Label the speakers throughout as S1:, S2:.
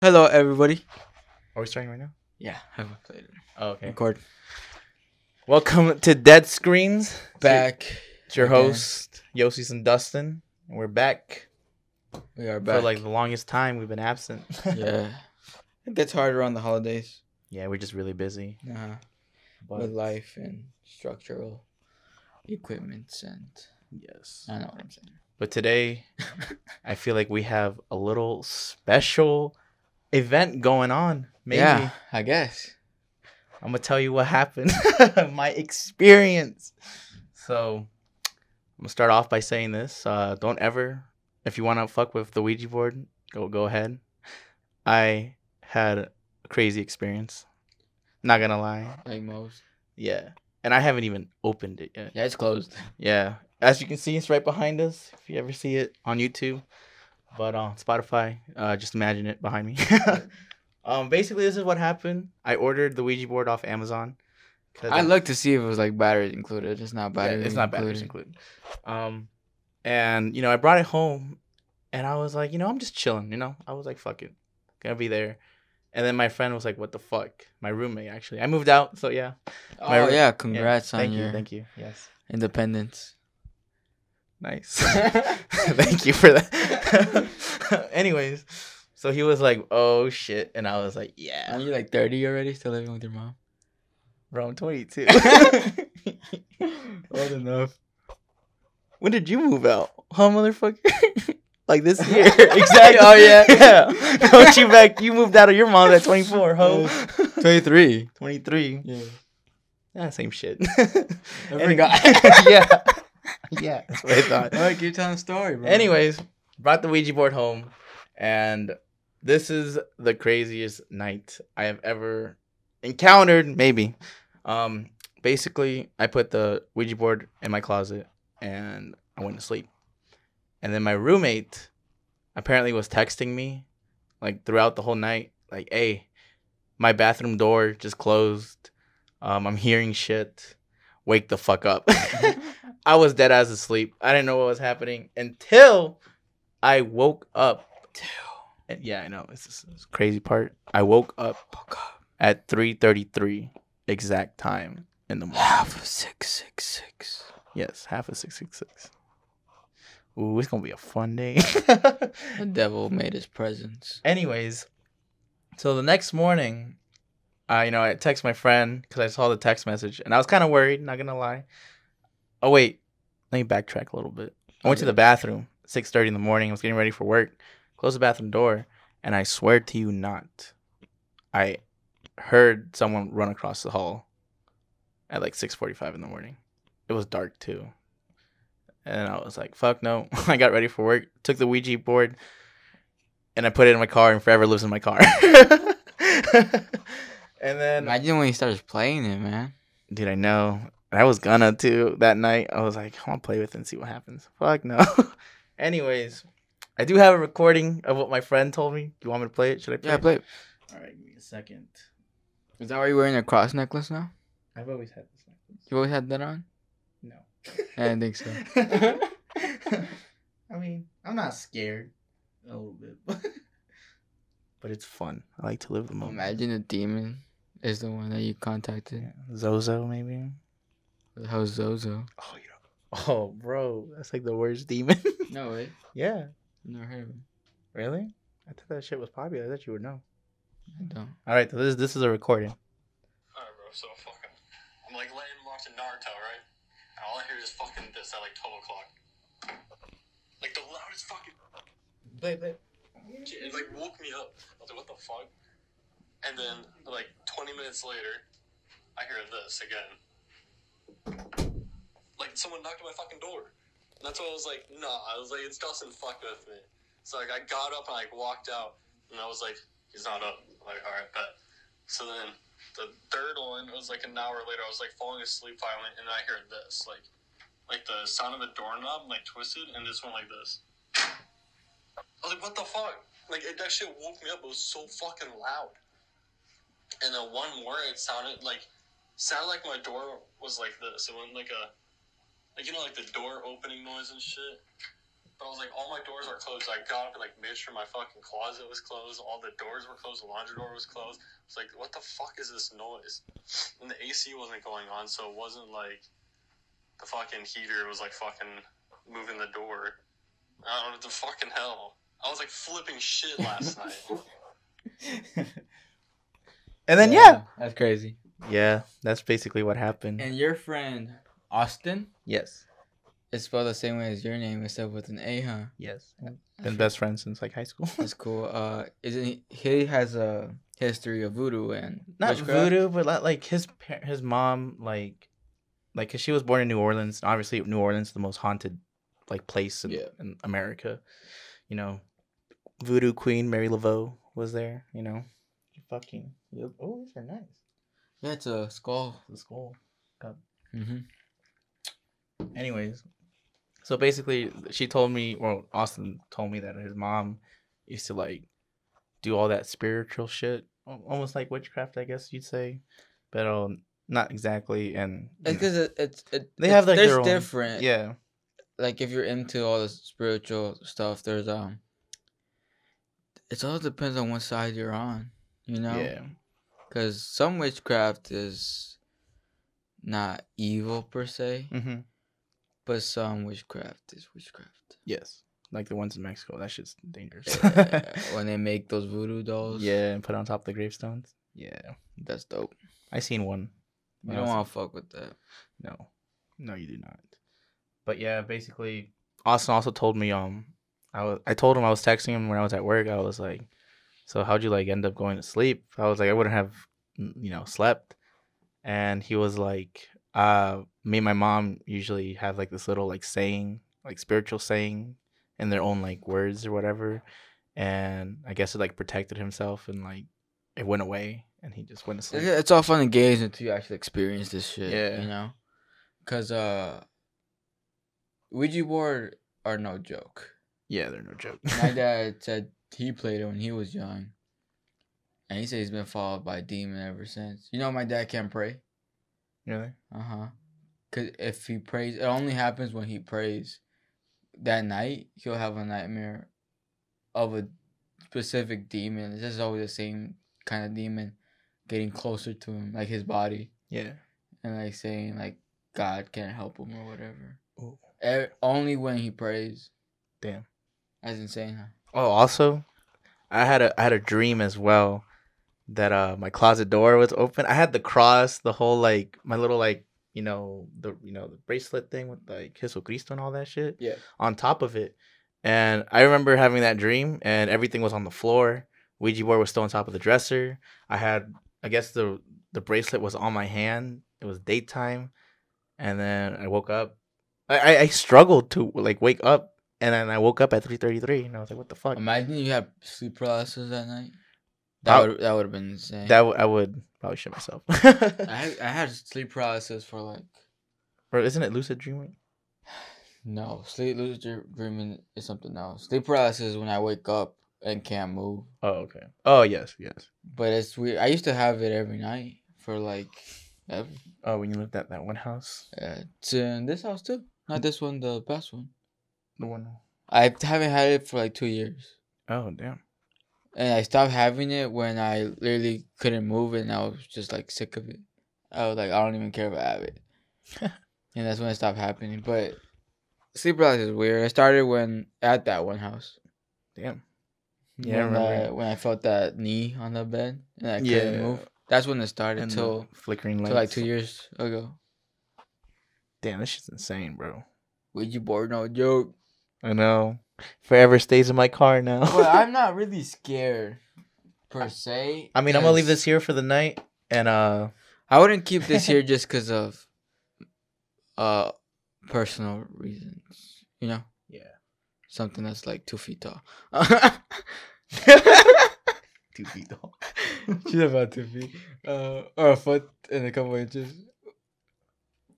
S1: Hello, everybody.
S2: Are we starting right now?
S1: Yeah, I haven't played it.
S2: Oh, okay.
S1: Record
S2: Welcome to Dead Screens.
S1: back.
S2: It's your
S1: Again.
S2: host, Yosis and Dustin. We're back,
S1: We are
S2: for
S1: back.
S2: like the longest time we've been absent.
S1: yeah, it gets hard around the holidays.
S2: yeah, we're just really busy.
S1: Uh,
S2: But
S1: with life and structural equipments and
S2: yes.
S1: I know what I'm saying.
S2: But today, I feel like we have a little special event going on. Maybe
S1: Yeah, I guess.
S2: I'm gonna tell you what happened, my experience. So I'm gonna start off by saying this: uh, don't ever, if you wanna fuck with the Ouija board, go go ahead. I had a crazy experience. Not gonna lie,
S1: Like most.
S2: yeah. And I haven't even opened it yet.
S1: Yeah, it's closed.
S2: Yeah, as you can see, it's right behind us. If you ever see it on YouTube, but on Spotify, uh, just imagine it behind me. um, basically, this is what happened. I ordered the Ouija board off Amazon. 'cause
S1: I looked to see if it was like batteries included. It's not
S2: yeah,
S1: batteries.
S2: it's not batteries included. Um, and you know, I brought it home, and I was like, you know, I'm just chilling. You know, I was like, fuck it, gonna be there. And then my friend was like, what the fuck? My roommate actually. I moved out, so yeah.
S1: Oh
S2: My-
S1: yeah,
S2: Yeah,
S1: congrats on
S2: thank
S1: your
S2: you, thank you. Yes.
S1: independence.
S2: Nice. Thank you for that. Anyways, so he was like, "Oh shit," and I was like,
S1: Are
S2: "Yeah,
S1: you like 30 already? Still living with your mom?
S2: bro, I'm 22, old enough." When did you move out, huh, motherfucker? like this year, exactly.
S1: Oh, yeah.
S2: yeah. Don't you back? You moved out of your mom at 24, huh?
S1: 23.
S2: 23.
S1: Yeah.
S2: Yeah, same shit.
S1: I
S2: Any-
S1: forgot.
S2: yeah, yeah. That's what I thought.
S1: All right, keep telling the story, bro.
S2: Anyways, brought the Ouija board home, and this is the craziest night I have ever encountered. Maybe. Um, basically, I put the Ouija board in my closet, and I went to sleep. And then my roommate apparently was texting me, like throughout the whole night, like, "Hey, my bathroom door just closed. Um, I'm hearing shit. Wake the fuck up." I was dead as asleep. I didn't know what was happening until I woke up. And yeah, I know it's just it's the crazy part. I woke up at three thirty three exact time in the morning.
S1: Half of 666.
S2: Yes, half of six six six. Ooh, it's gonna be a fun day.
S1: The devil made his presence.
S2: Anyways, so the next morning, I you know I text my friend because I saw the text message and I was kind of worried. Not gonna lie. Oh wait, let me backtrack a little bit. I went to
S1: Okay.
S2: the bathroom six thirty in the morning. I was getting ready for work. Closed the bathroom door, and I swear to you not, I heard someone run across the hall at like six forty five in the morning. It was dark too. And I was like, fuck no. I got ready for work, took the Ouija board, and I put it in my car and forever lives in my car. and then
S1: Imagine when he starts playing it, man.
S2: dude, I know. I was gonna too that night. I was like, i will play with it and see what happens. Fuck no. Anyways, I do have a recording of what my friend told me. Do you want me to play it? Should I play
S1: Yeah,
S2: it?
S1: play. it.
S2: All right, give me a second.
S1: Is that why you're wearing a cross necklace now?
S2: I've always had this necklace.
S1: You always had that on?
S2: No.
S1: I didn't think so.
S2: I mean, I'm not scared a little bit, but it's fun. I like to live the moment.
S1: Imagine the demon is the one that you
S2: Yeah.
S1: contacted.
S2: Zozo, maybe.
S1: How Zozo?
S2: Oh, you know. Oh, bro, that's like the worst demon.
S1: No way.
S2: yeah.
S1: Never heard of him.
S2: Really? I thought that shit was popular. I thought you would know.
S1: I don't.
S2: All right, so this this is a recording.
S3: Alright, bro, so fucking. I'm like laying watching Naruto, right? And all I hear is fucking this at like 12 o'clock. Like the loudest fucking.
S2: Play, play.
S3: shit. It like woke me up. I was like, what the fuck? And then, like 20 minutes later, I hear this again. Like someone knocked on my fucking door. And that's why I was like, nah. I was like, it's Dustin fucking with me. So like I got up and like walked out. And I was like, he's not up. I'm like, alright, bet. So then the third one was like an hour later. I was like falling asleep finally, and I heard this like, like the sound of a doorknob like twisted, and this one like this. I was like, what the fuck? Like it, that shit woke me up. It was so fucking loud. And then one more, it sounded like, sounded like my door was like this. It went like a, like you know, like the door opening noise and shit. But I was like, all my doors are closed. I got up and like made sure my fucking closet was closed, all the doors were closed, the laundry door was closed. I was like, what the fuck is this noise? And the AC wasn't going on, so it wasn't like the fucking heater was like fucking moving the door. I don't know what the fucking hell. I was like flipping shit last night.
S2: And then yeah.
S1: that's crazy.
S2: yeah, that's basically what happened.
S1: And your friend Austin
S2: yes,
S1: is spelled the same way as your name, except with an A, huh?
S2: yes, been best friends since like high school.
S1: That's cool. Uh, isn't he, he has a history of voodoo and
S2: Not
S1: witchcraft?
S2: voodoo, but li- like his par- his mom like like 'cause she was born in New Orleans. and Obviously, New Orleans is the most haunted like place in,
S1: Yeah.
S2: in America. You know, voodoo queen Mary Laveau was there. You know, fucking oh, these are nice.
S1: Yeah, it's a skull.
S2: The skull.
S1: Mm-hmm.
S2: Anyways, so basically, she told me, well, Austin told me that his mom used to like do all that spiritual shit, al- almost like witchcraft, I guess you'd say, but um, not exactly. And
S1: It's
S2: you know,
S1: because it, it's it,
S2: They
S1: it's-
S2: have, like,
S1: there's
S2: their own-
S1: different.
S2: yeah,
S1: like if you're into all the spiritual stuff, there's um, it all depends on what side you're on, you know.
S2: yeah,
S1: Because some witchcraft is not evil per se,
S2: mm-hmm.
S1: but some witchcraft is witchcraft.
S2: yes, like the ones in Mexico. That shit's dangerous.
S1: Yeah, when they make those voodoo dolls,
S2: yeah, and put on top of the gravestones. Yeah,
S1: that's dope.
S2: I seen one.
S1: You
S2: when I
S1: don't
S2: was-
S1: want to fuck with that.
S2: No, no, you do not. But yeah, basically, Austin also told me. Um, I was I told him I was texting him when I was at work. I was like, "So how'd you like end up going to sleep?" I was like, "I wouldn't have, mm, you know, slept." And he was like, "Uh, me and my mom usually have like this little like saying, like spiritual saying, in their own like words or whatever." And I guess it like protected himself and like it went away and he just went to sleep.
S1: It- It's all fun and games until you actually experience this shit.
S2: Yeah.
S1: You know? Because, uh, Ouija board are no joke.
S2: Yeah, they're no joke.
S1: My dad said he played it when he was young. And he said he's been followed by a demon ever since. You know, my dad can't pray.
S2: really?
S1: Uh huh. Because if he prays, it only happens when he prays. That night, he'll have a nightmare of a specific demon. It's just always the same kind of demon getting closer to him, like his body
S2: Yeah.
S1: and like saying like God can't help him or whatever.
S2: Ooh.
S1: E- only when he prays.
S2: Damn.
S1: That's insane. Huh?
S2: Oh, also, I had a I had a dream as well that uh my closet door was open. I had the cross, the whole like my little like you know the you know the bracelet thing with like Jesucristo and all that shit
S1: Yeah.
S2: on top of it. And I remember having that dream, and everything was on the floor. Ouija board was still on top of the dresser. I had, I guess the the bracelet was on my hand. It was daytime, and then I woke up. I I, I struggled to like wake up, and then I woke up at three thirty three, and I was like, "What the fuck?"
S1: Imagine you had sleep paralysis that night. That
S2: Prob-
S1: would that would have been insane.
S2: That w- I would probably shit myself.
S1: I had, I had sleep paralysis for like
S2: Bro, isn't it lucid dreaming?
S1: no sleep lucid dr- dreaming is something else. Sleep paralysis is when I wake up and can't move.
S2: Oh okay. Oh yes, yes.
S1: But it's weird. I used to have it every night for like ever.
S2: Oh, when you lived at that one house,
S1: Uh, it's in this house too. Not this one, the past one.
S2: the one
S1: I haven't had it for like two years.
S2: Oh damn.
S1: and I stopped having it when I literally couldn't move and I was just like sick of it. I was like, I don't even care if I have it. and that's when it stopped happening. But sleep paralysis is weird. It started when at that one house.
S2: Damn.
S1: Yeah,
S2: Yeah, I
S1: when,
S2: remember.
S1: I, when I felt that knee on the bed and I couldn't
S2: Yeah.
S1: move. That's when it started
S2: And the
S1: until
S2: flickering lights.
S1: till like two years ago.
S2: Damn, this shit's insane, bro.
S1: Ouija board, no joke.
S2: I know. Forever stays in my car now.
S1: but I'm not really scared per se.
S2: I mean, I'm gonna leave
S1: 'cause-
S2: this here for the night, and uh,
S1: I wouldn't keep this here just because of uh personal reasons. You know,
S2: yeah,
S1: something that's like two feet tall.
S2: two feet tall.
S1: She's about two feet, uh, or a foot and a couple inches.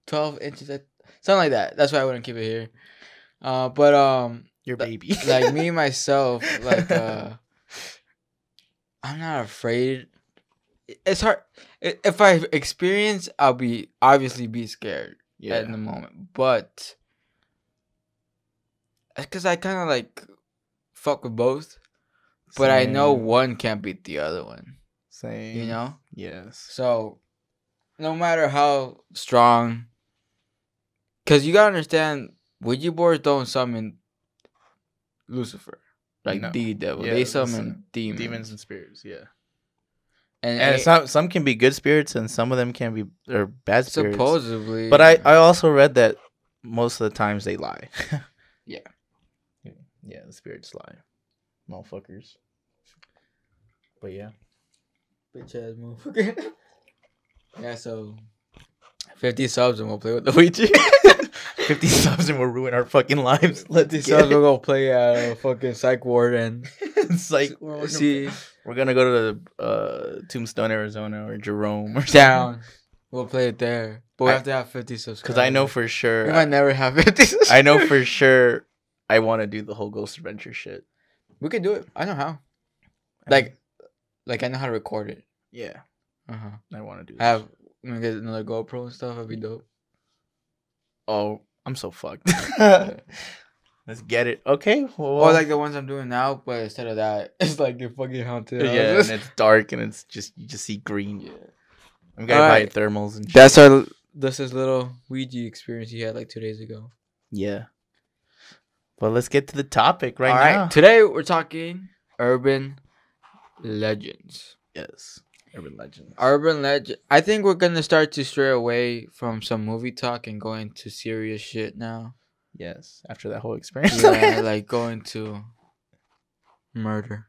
S1: Twelve inches, that- something like that. That's why I wouldn't keep it here. Uh, but um,
S2: Your baby.
S1: like me myself, like uh, I'm not afraid. It's hard. i- If I experience, I'll be obviously be scared
S2: yeah,
S1: at the moment. But because uh, I kind of like fuck with both, but I know
S2: Same. Mm.
S1: one can't beat the other one.
S2: Same.
S1: You know,
S2: Yes.
S1: so no matter how strong, because you gotta understand, Ouija boards don't summon Lucifer, like
S2: No.
S1: the devil.
S2: Yeah,
S1: they
S2: it's, uh,
S1: summon demons.
S2: Demons and spirits. Yeah.
S1: and,
S2: And
S1: it-
S2: some some can be good spirits, and some of them can be or bad spirits.
S1: supposedly,
S2: But I I also read that most of the times they lie.
S1: Yeah.
S2: Yeah, the spirits lie, motherfuckers. But yeah.
S1: bitch ass motherfucker. yeah, so fifty subs and we'll play with the Ouija.
S2: 50 subs and we'll ruin our fucking lives. Let
S1: Fifty
S2: this
S1: subs, we'll go play uh, fucking psych ward and
S2: it's like we're gonna,
S1: see
S2: we're gonna go to the, uh, Tombstone, Arizona, or Jerome, or
S1: down. We'll play it there, but we
S2: I-
S1: have to have fifty subs.
S2: Because I know for
S1: we
S2: sure,
S1: might never have fifty. subs.
S2: I know for sure, I want to do the whole Ghost Adventure shit.
S1: we could do it. I know how.
S2: I mean,
S1: Like, like I know how to record it.
S2: yeah,
S1: Uh huh.
S2: I want to do.
S1: I have. I'm gonna get another GoPro and stuff. That'd be dope.
S2: Oh, I'm so fucked. Let's get it. Okay. Well,
S1: Or like the ones I'm doing now, but instead of that, it's like they're fucking haunted.
S2: yeah,
S1: houses.
S2: and it's dark and it's just you just see green.
S1: yeah.
S2: I'm gonna buy
S1: Alright.
S2: thermals and shit.
S1: That's our that's his little Ouija experience he had like two days ago.
S2: yeah. But let's get to the topic right now.
S1: Today we're talking urban legends.
S2: yes. Urban legend.
S1: Urban legend. I think we're gonna start to stray away from some movie talk and go into serious shit now.
S2: Yes. After that whole experience.
S1: Yeah, like going to murder.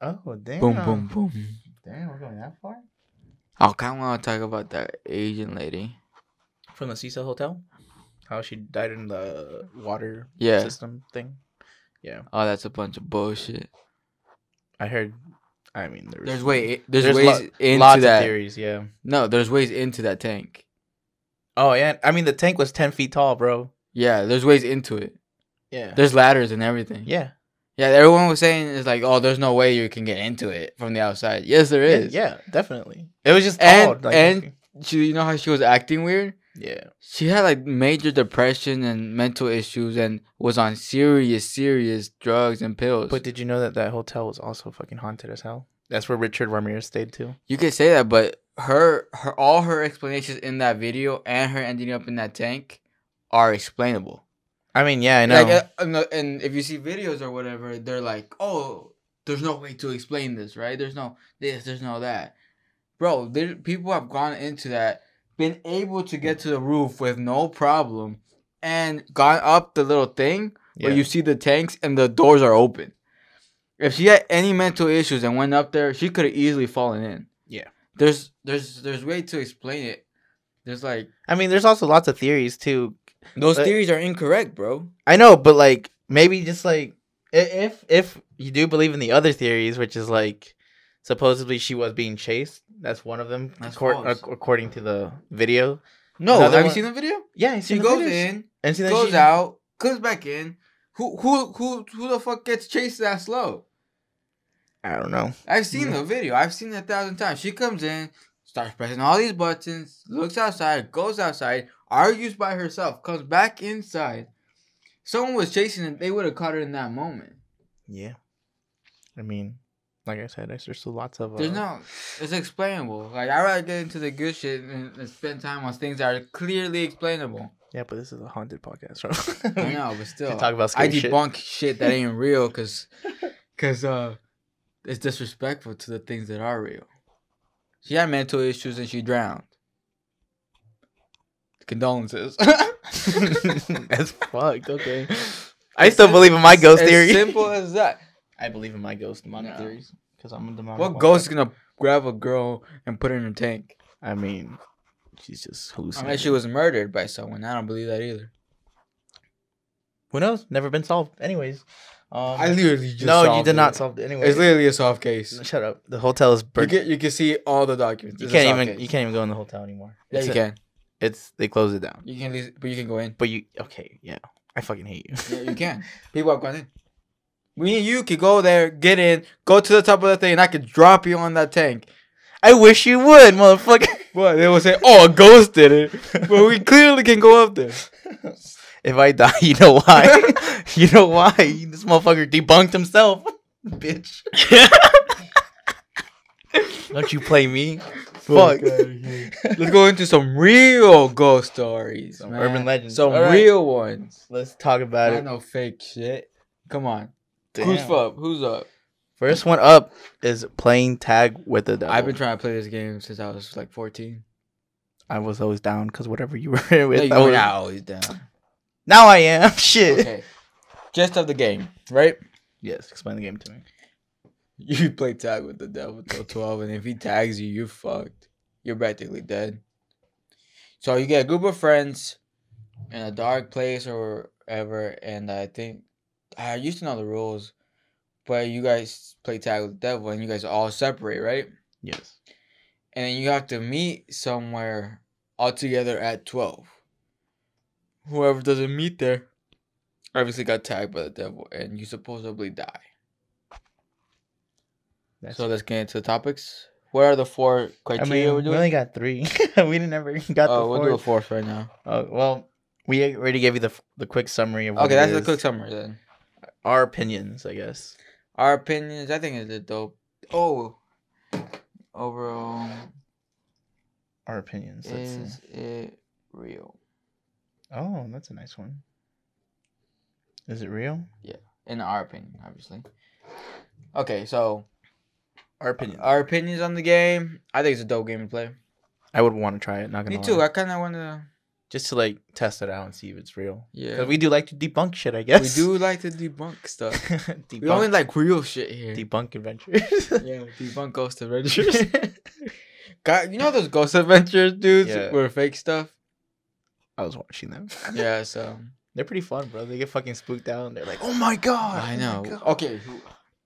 S2: oh damn.
S1: Boom, boom, boom. Oh,
S2: Damn, we're going that far.
S1: I kind of want to talk about that Asian lady.
S2: From the Cecil Hotel. How she died in the water
S1: Yeah.
S2: system thing.
S1: Oh, that's a bunch of bullshit.
S2: I heard. I mean, there was
S1: There's way eh, there's,
S2: There's
S1: ways
S2: lo-
S1: into
S2: lots
S1: that.
S2: of theories. Yeah.
S1: No, there's ways into that tank.
S2: Oh yeah. I mean, the tank was ten feet tall, bro.
S1: Yeah, there's ways into it.
S2: Yeah.
S1: There's ladders and everything.
S2: yeah.
S1: Yeah, everyone was saying it's like, oh, there's no way you can get into it from the outside. Yes, there is.
S2: Yeah, definitely. It was just
S1: And-
S2: odd. Like,
S1: and- She, you know how she was acting weird?
S2: yeah,
S1: She had like major depression and mental issues and was on serious, serious drugs and pills.
S2: but did you know that that hotel was also fucking haunted as hell? That's where Richard Ramirez stayed too.
S1: you could say that, but her, her, all her explanations in that video and her ending up in that tank are explainable.
S2: I mean, yeah, I know.
S1: Like, uh, and, the- and if you see videos or whatever, they're like, oh, there's no way to explain this, right? There's no this, there's no that. Bro, there, people have gone into that, been able to get to the roof with no problem, and gone up the little thing
S2: yeah.
S1: where you see the tanks and the doors are open. If she had any mental issues and went up there, she could have easily fallen in.
S2: Yeah.
S1: There's there's there's way to explain it. There's like
S2: I mean, there's also lots of theories too.
S1: those
S2: But-
S1: theories are incorrect, bro.
S2: I know, but like maybe just like i- if if you do believe in the other theories, which is like supposedly she was being chased. That's one of them,
S1: That's
S2: acor-
S1: false.
S2: ac- according to the video.
S1: No,
S2: Another
S1: have you
S2: one-
S1: seen the video?
S2: Yeah, I
S1: She
S2: seen the
S1: goes
S2: videos.
S1: in,
S2: and see, then
S1: goes
S2: she-
S1: out, comes back in. Who who who who the fuck gets chased that slow?
S2: I don't know.
S1: I've seen the video. I've seen it a thousand times. She comes in, starts pressing all these buttons, looks outside, goes outside, argues by herself, comes back inside. Someone was chasing her. They would have caught her in that moment.
S2: Yeah. I mean, like I said, there's still lots of. Uh,
S1: There's no. It's explainable. Like I rather get into the good shit and, and spend time on things that are clearly explainable.
S2: Yeah, but this is a haunted podcast, bro.
S1: I know, but
S2: We
S1: still,
S2: talk about
S1: I
S2: scary shit.
S1: debunk shit, that ain't real because cause, uh, it's disrespectful to the things that are real. She had mental issues and she drowned. Condolences.
S2: That's fucked. Okay. I still believe in my ghost
S1: as
S2: theory.
S1: simple as that.
S2: I believe in my ghost demonic
S1: No.
S2: theories because I'm a demonic.
S1: What
S2: motherfucker.
S1: ghost is gonna grab a girl and put her in a tank?
S2: I mean, she's just hallucinating.
S1: Unless she was murdered by someone. I don't believe that either.
S2: Who knows? Never been solved. Anyways. Um,
S1: I literally just
S2: no, you
S1: solved
S2: did
S1: it.
S2: not solve it. Anyways.
S1: It's literally a soft case.
S2: Shut up. The hotel is
S1: You
S2: burnt. You,
S1: can, you can see all the documents. It's a
S2: can't
S1: soft
S2: even.
S1: case.
S2: You can't even go in the hotel anymore.
S1: Yeah,
S2: it's
S1: you
S2: a-
S1: can.
S2: It's they close it down.
S1: You can, leave, but you can go in.
S2: But you okay? Yeah. I fucking hate you.
S1: Yeah, you can. People have gone in. Me and you could go there, get in, go to the top of the thing, and I could drop you on that tank.
S2: I wish you would, motherfucker.
S1: "Oh, Well, they will say, "Oh, a ghost did it," but we clearly can go up there.
S2: If I die, you know why? you know why? This motherfucker debunked himself, bitch. Don't you play me? Fuck.
S1: Let's go into some real ghost stories.
S2: Some
S1: man.
S2: urban legends.
S1: Some
S2: All right.
S1: real ones.
S2: Let's talk about
S1: Not
S2: it.
S1: no fake shit. Come on. Who's
S2: Damn.
S1: up? Who's up?
S2: First one up is playing tag with the devil.
S1: I've been trying to play this game since I was like 14.
S2: I was always down because whatever you were
S1: No,
S2: with,
S1: you
S2: I
S1: were
S2: was-
S1: not always oh, down.
S2: now I am. Shit.
S1: Okay. Gist of the game, right?
S2: Yes, explain the game to me.
S1: You play tag with the devil till 12, and if he tags you, you're fucked. You're practically dead. So you get a group of friends in a dark place or wherever, and I think I used to know the rules, but you guys play tag with the devil, and you guys all separate, right?
S2: Yes.
S1: and then you have to meet somewhere all together at 12. Whoever doesn't meet there obviously got tagged by the devil and you supposedly die.
S2: That's
S1: so let's get into the topics. What are the four
S2: I
S1: criteria
S2: mean,
S1: we're
S2: we
S1: doing?
S2: only got three. we didn't ever got
S1: oh,
S2: the
S1: we'll
S2: fourth.
S1: do a fourth right now.
S2: Oh, well, we already gave you the the quick summary of. What
S1: Okay,
S2: it
S1: that's the
S2: is.
S1: quick summary then.
S2: Our opinions, I guess.
S1: Our opinions, I think is a dope. Oh, overall,
S2: Our opinions. Let's see.
S1: is it real?
S2: Oh, that's a nice one. Is it real?
S1: In our opinion, obviously. Okay, so
S2: Our opinion.
S1: our opinions on the game. I think it's a dope game to play.
S2: I would want to try it. Not gonna.
S1: Me too.
S2: lie.
S1: I kind of want to.
S2: Just to like test it out and see if it's real.
S1: Yeah.
S2: Because we do like to debunk shit, I guess.
S1: We do like to debunk stuff.
S2: debunk,
S1: We only like real shit here.
S2: debunk adventures.
S1: yeah, debunk ghost adventures. God, you know those ghost adventures, dudes,
S2: Yeah.
S1: were fake stuff.
S2: I was watching them.
S1: Yeah, so
S2: They're pretty fun, bro. They get fucking spooked out and they're like, oh my god.
S1: I
S2: oh my
S1: know.
S2: God."
S1: Okay, who-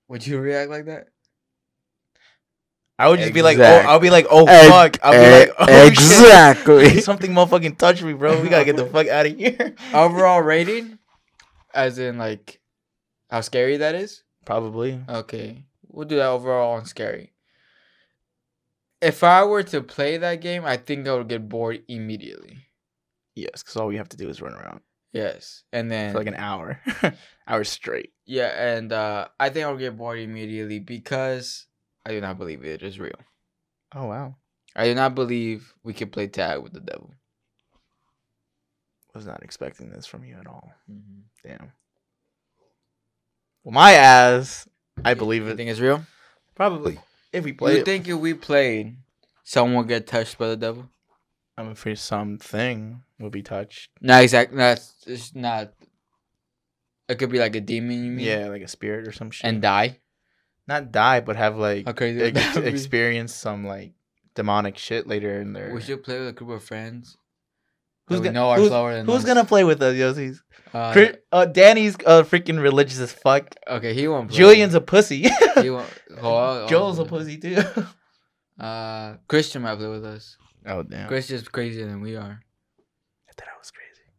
S1: would you react like that?
S2: I would just be like,
S1: Exact-
S2: oh, I'll be like, oh
S1: Ex-
S2: fuck. I'll be like, oh
S1: exactly.
S2: shit. Something motherfucking touched me, bro. We gotta get the fuck out of here.
S1: Overall rating, as in like how scary that is.
S2: Probably.
S1: Uh, Okay, we'll do that overall on scary. If I were to play that game, I think I would get bored immediately.
S2: Yes, because all we have to do is run around
S1: Yes, and then
S2: for like an hour, hour straight.
S1: Yeah, and uh, I think I'll get bored immediately because I do not believe it is real.
S2: Oh wow,
S1: I do not believe we can play tag with the devil.
S2: was not expecting this from you at all. Damn. Well, my ass, I believe
S1: You
S2: it.
S1: think it's real?
S2: Probably. If we
S1: you
S2: play it,
S1: think if we played, someone get touched by the devil?
S2: I'm afraid something will be touched.
S1: Not exactly. That's it's not. It could be like a demon, you mean?
S2: Yeah, like a spirit or some shit.
S1: And die.
S2: not die, but have like
S1: How crazy would
S2: ex-
S1: that be?
S2: experience some like demonic shit later in their.
S1: We should play with a group of friends.
S2: Who's
S1: Who's
S2: gonna-
S1: gonna know are
S2: who's-
S1: slower than
S2: Who's
S1: us.
S2: gonna play with us, Yosis?
S1: Uh,
S2: Cri- uh, Danny's uh, freaking religious as fuck.
S1: okay, he won't. Play.
S2: Julian's a pussy.
S1: He won't, oh, oh,
S2: Joel's a pussy too.
S1: Uh, Christian might play with us.
S2: Oh damn!
S1: Christian's crazier than we are.
S2: I thought I was crazy.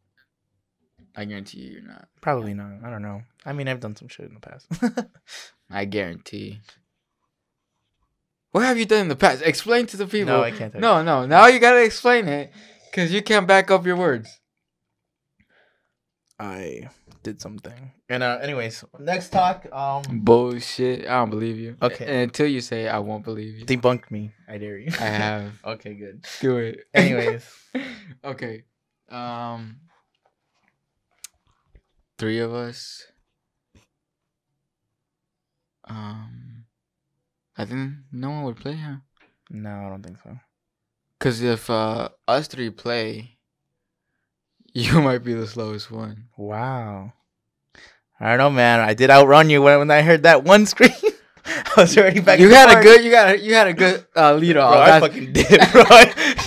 S1: I guarantee you, you're not.
S2: Probably not. I don't know. I mean, I've done some shit in the past.
S1: I guarantee. What have you done in the past? Explain to the people.
S2: no, I can't. Tell
S1: No, no. Now you gotta explain it, cause you can't back up your words.
S2: I did something. And uh, anyways, next talk. Um,
S1: Bullshit. I don't believe you.
S2: Okay.
S1: And until you say it, I won't believe you.
S2: debunk me. I dare you.
S1: I have.
S2: okay, good.
S1: Do it.
S2: Anyways,
S1: okay. Um. Three of us. Um. I think no one would play, huh?
S2: no, I don't think so.
S1: Cause if uh, us three play, you might be the slowest one.
S2: Wow. I don't know, man. I did outrun you when, when I heard that one scream. I was already back.
S1: you
S2: at the
S1: had a
S2: park.
S1: good, you got, a, you had a good uh, lead
S2: Bro,
S1: off.
S2: I
S1: that's,
S2: fucking dipped, bro.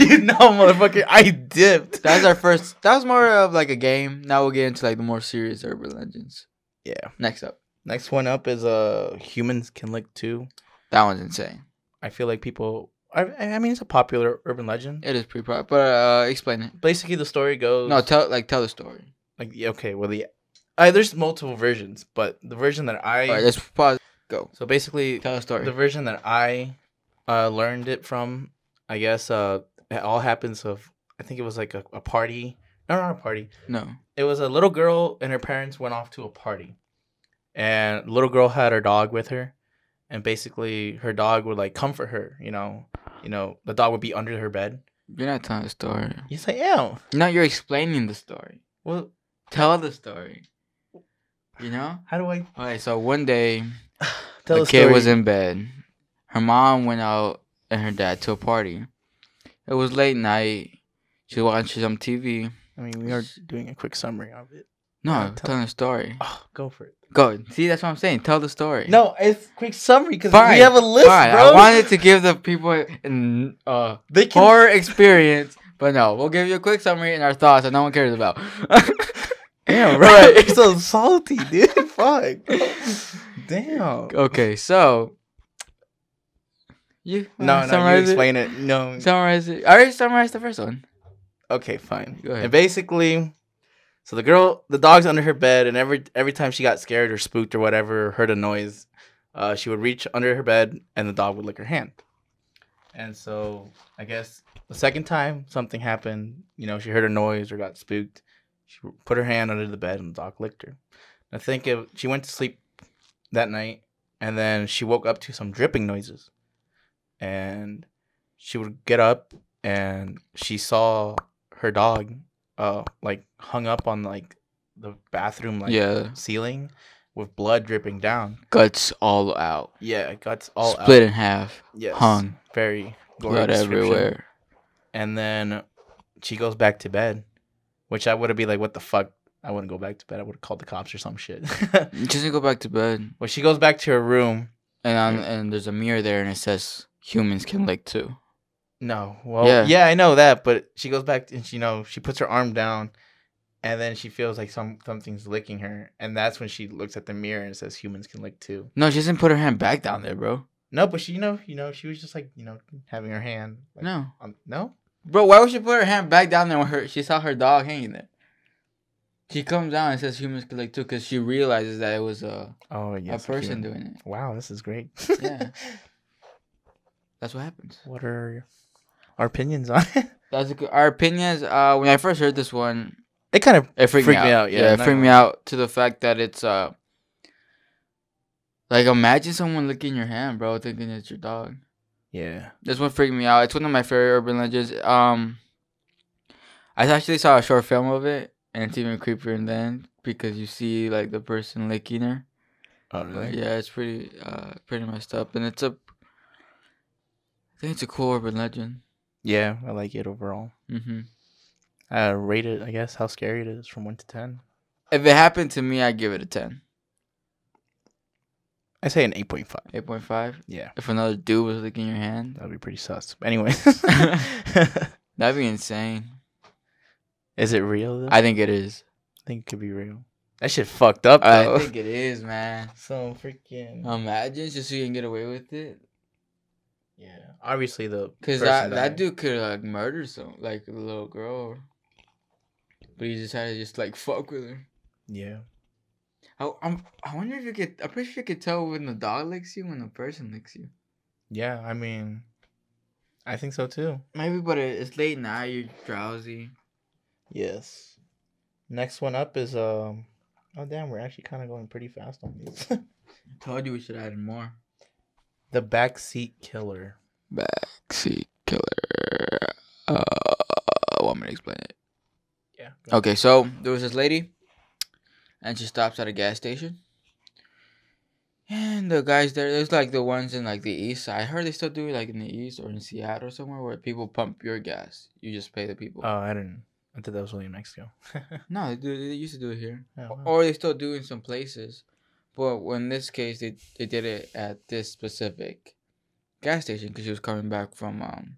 S2: you know, motherfucker, I dipped.
S1: that's our first. That was more of like a game. Now we'll get into like the more serious urban legends.
S2: Yeah.
S1: Next up,
S2: Next one up is uh, humans can lick too.
S1: that one's insane.
S2: I feel like people. I, I mean, it's a popular urban legend.
S1: It is pretty pro, but uh, explain it.
S2: Basically, the story goes.
S1: No, tell like tell the story.
S2: like yeah, okay. Well, the uh, there's multiple versions, but the version that I
S1: All right, let's pause. Go
S2: so basically
S1: tell the story.
S2: the version that I uh, learned it from, I guess, uh, it all happens of I think it was like a, a party Not our party.
S1: No.
S2: It was a little girl and her parents went off to a party, and little girl had her dog with her, and basically her dog would like comfort her. You know, you know the dog would be under her bed.
S1: You're not telling the story.
S2: Yes, I am.
S1: No, you're explaining the story.
S2: Well,
S1: Tell the story. You know?
S2: how do I
S1: Okay, so one day
S2: tell
S1: the
S2: a
S1: kid
S2: story?
S1: was in bed. Her mom went out and her dad to a party. It was late night. She was watching some TV.
S2: I mean, we are doing a quick summary of it.
S1: No,
S2: Yeah, Ah, tell-
S1: telling the story.
S2: Oh, go for it.
S1: Go. See, that's what I'm saying. Tell the story.
S2: No, it's quick summary because we
S1: Fine,
S2: have a list,
S1: Fine,
S2: bro.
S1: I wanted to give the people an uh,
S2: They can.
S1: horror experience, but no, we'll give you a quick summary and our thoughts that no one cares about.
S2: Damn, bro, you're so salty, dude. Fuck. Damn.
S1: Okay, so you
S2: No,
S1: wanna
S2: no, you
S1: it?
S2: explain it. No.
S1: Summarize it. I already summarized the first one.
S2: Okay, fine.
S1: Go ahead.
S2: And basically, so the girl, the dog's under her bed, and every every time she got scared or spooked or whatever, heard a noise, uh, she would reach under her bed, and the dog would lick her hand. And so I guess the second time something happened, you know, she heard a noise or got spooked. She put her hand under the bed, and the dog licked her. I think it, she went to sleep that night, and then she woke up to some dripping noises, and she would get up and she saw her dog uh like hung up on like the bathroom like
S1: yeah,
S2: ceiling with blood dripping down.
S1: guts all out,
S2: Yeah, it got all
S1: split
S2: out.
S1: in half,
S2: Yes.
S1: hung,
S2: Very gory
S1: blood
S2: description.
S1: everywhere.
S2: And then she goes back to bed, which I would have been like, what the fuck? I wouldn't go back to bed. I would have called the cops or some shit.
S1: She doesn't go back to bed,
S2: well, she goes back to her room.
S1: and on, and there's a mirror there, and it says humans can lick too.
S2: No, well,
S1: Yeah.
S2: yeah. I know that, but she goes back and she, you know she puts her arm down, and then she feels like some something's licking her, and that's when she looks at the mirror and says humans can lick too.
S1: No, she doesn't put her hand back down there, bro.
S2: No, but she, you know, you know, she was just like, you know, having her hand. Like,
S1: No,
S2: on, no.
S1: bro. Why would she put her hand back down there when her she saw her dog hanging there? She comes down and says humans can lick too, because she realizes that it was a
S2: Oh yes.
S1: a person doing it.
S2: Wow, this is great.
S1: Yeah. That's what happens.
S2: what are our opinions on it?
S1: That's a good, our opinions. Uh, when I first heard this one,
S2: It kind of
S1: it freaked, me out. Yeah, it
S2: not
S1: freaked me
S2: gonna-
S1: out to the fact that it's uh, like imagine someone licking your hand, bro, thinking it's your dog.
S2: yeah.
S1: This one freaked me out. It's one of my favorite urban legends. Um, I actually saw a short film of it, and it's even creepier than then because you see like the person licking her.
S2: Oh
S1: But yeah, it's pretty uh pretty messed up, and it's a. I think it's a cool urban legend.
S2: Yeah, I like it overall.
S1: hmm
S2: Uh, rate it, I guess, how scary it is from one to ten.
S1: If it happened to me, I'd give it a 10.
S2: I say an eight point five.
S1: 8.5.
S2: Yeah,
S1: If another dude was licking your hand,
S2: that'd be pretty sus. But anyway,
S1: that'd be insane.
S2: is it real? Though? I
S1: I think it is.
S2: think it could be real. That shit fucked up though. Um,
S1: I think it is, man.
S2: so freaking.
S1: Imagine just so you can get away with it.
S2: yeah, obviously the
S1: Because that,
S2: person
S1: that
S2: died.
S1: dude could like murder some, like a little girl. But he decided to just like fuck with her.
S2: Yeah.
S1: I, I'm, I wonder if you could, I'm pretty sure you could tell when the dog licks you, when the person licks you.
S2: Yeah, I mean, I think so too.
S1: Maybe, but it, it's late now, you're drowsy.
S2: Yes. Next one up is um. Oh damn, we're actually kind of going pretty fast on these.
S1: I told you we should add more.
S2: the backseat killer.
S1: Backseat killer. Uh, want me to explain it?
S2: Yeah.
S1: Okay, so there was this lady, and she stops at a gas station. And the guys there, there's like the ones in like the east side. I heard they still do it like in the east or in Seattle or somewhere where people pump your gas. You just pay the people.
S2: Oh, I didn't. I thought that was only in Mexico.
S1: no, they, do, they used to do it here,
S2: Oh, wow.
S1: or they still do in some places, but well, in this case, they they did it at this specific gas station because she was coming back from um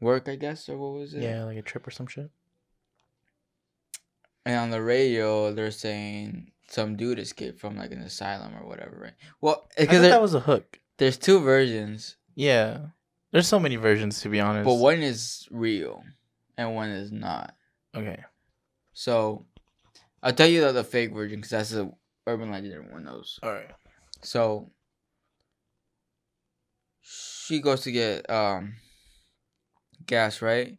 S1: work, I guess, or what was it?
S2: yeah, like a trip or some shit.
S1: And on the radio, they're saying some dude escaped from like an asylum or whatever, right? Well,
S2: I thought
S1: because
S2: that was a hook.
S1: there's two versions,
S2: Yeah. There's so many versions to be honest.
S1: but one is real and one is not.
S2: Okay.
S1: So I'll tell you the, the fake version because that's the urban legend everyone knows.
S2: All right.
S1: So she goes to get um gas, right?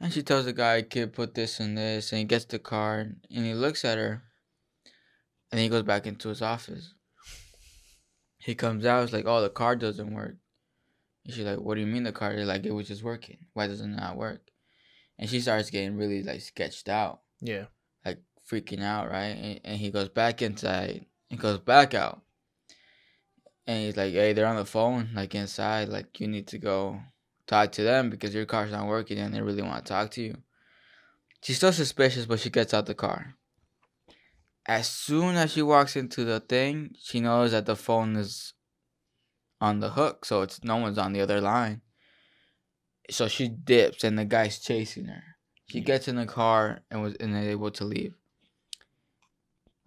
S1: And she tells the guy, kid, put this and this. And he gets the card and he looks at her. And he goes back into his office. He comes out, it's like, oh, the card doesn't work. And she's like, what do you mean the card? He's like, it was just working. Why does it not work? And she starts getting really like sketched out,
S2: Yeah.
S1: like freaking out, right? And, and he goes back inside and goes back out. And he's like, hey, they're on the phone, like inside, like you need to go talk to them because your car's not working and they really want to talk to you. She's still suspicious, but she gets out the car. As soon as she walks into the thing, she knows that the phone is on the hook, so it's no one's on the other line. So she dips, and the guy's chasing her. She gets in the car and was unable to leave.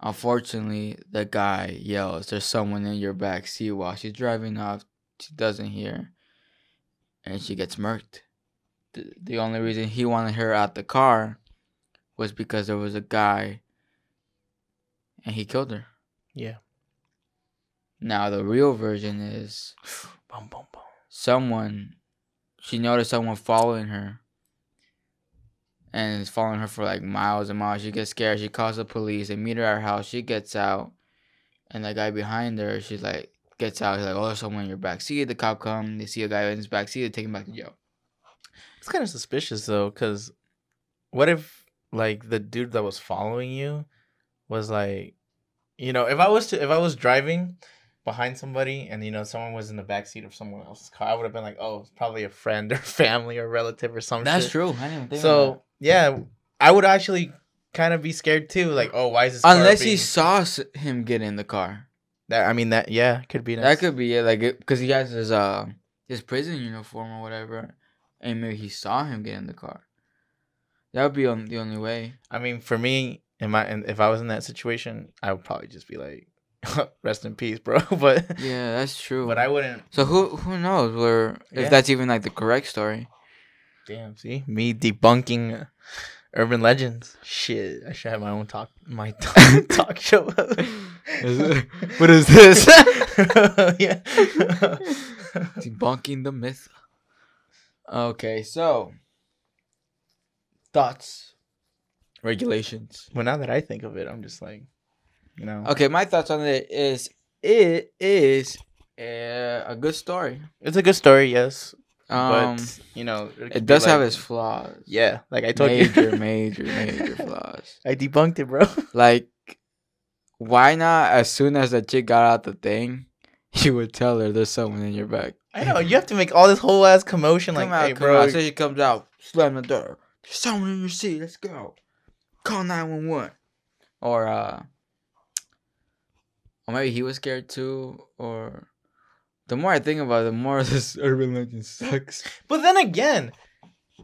S1: Unfortunately, the guy yells, "There's someone in your back seat!" While she's driving off, she doesn't hear, and she gets murked. The, the only reason he wanted her out the car was because there was a guy, and he killed her.
S2: Yeah.
S1: Now the real version is
S2: Bum, bum, bum.
S1: someone she noticed someone following her and is following her for like miles and miles she gets scared she calls the police they meet her at her house she gets out and the guy behind her she's like gets out he's like oh there's someone in your back seat the cop come they see a guy in his back seat they take him back to jail
S2: It's kind of suspicious though, because what if like the dude that was following you was like, you know, if I was to if I was driving behind somebody and you know someone was in the back seat of someone else's car, I would have been like, oh, it's probably a friend or family or relative or something.
S1: that's true i didn't even think
S2: Oh, So yeah, I would actually kind of be scared too. Like, oh, why is this? car
S1: unless he
S2: being-"
S1: saw s- him get in the car
S2: That I mean that yeah could be
S1: that could be it like because he has his uh his prison uniform or whatever and maybe he saw him get in the car that would be on, the only way
S2: I mean, for me, in my and if I was in that situation, I would probably just be like, rest in peace, bro. but
S1: Yeah, that's true.
S2: but I wouldn't.
S1: so who who knows where
S2: Yeah.
S1: if that's even like the correct story?
S2: Damn, see me debunking uh, urban legends. Shit, I should have my own talk my t- talk show.
S1: what is this?
S2: yeah.
S1: Debunking the myth. Okay, so thoughts, regulations.
S2: well, now that I think of it, I'm just like, you know,
S1: Okay, my thoughts on it is it is uh, a good story.
S2: it's a good story, yes,
S1: Um,
S2: but you know,
S1: it does have its flaws.
S2: yeah. Like I told
S1: major,
S2: you,
S1: major, major flaws.
S2: I debunked it, bro.
S1: Like, why not? As soon as the chick got out the thing, you would tell her there's someone in your back.
S2: I know you have to make all this whole ass commotion, like,
S1: come out,
S2: hey,
S1: come
S2: bro,
S1: out. So she comes out, slam the door. There's someone in your seat. Let's go. Call nine one one. Or uh, or maybe he was scared too. Or the more I think about it, the more this urban legend sucks.
S2: But then again,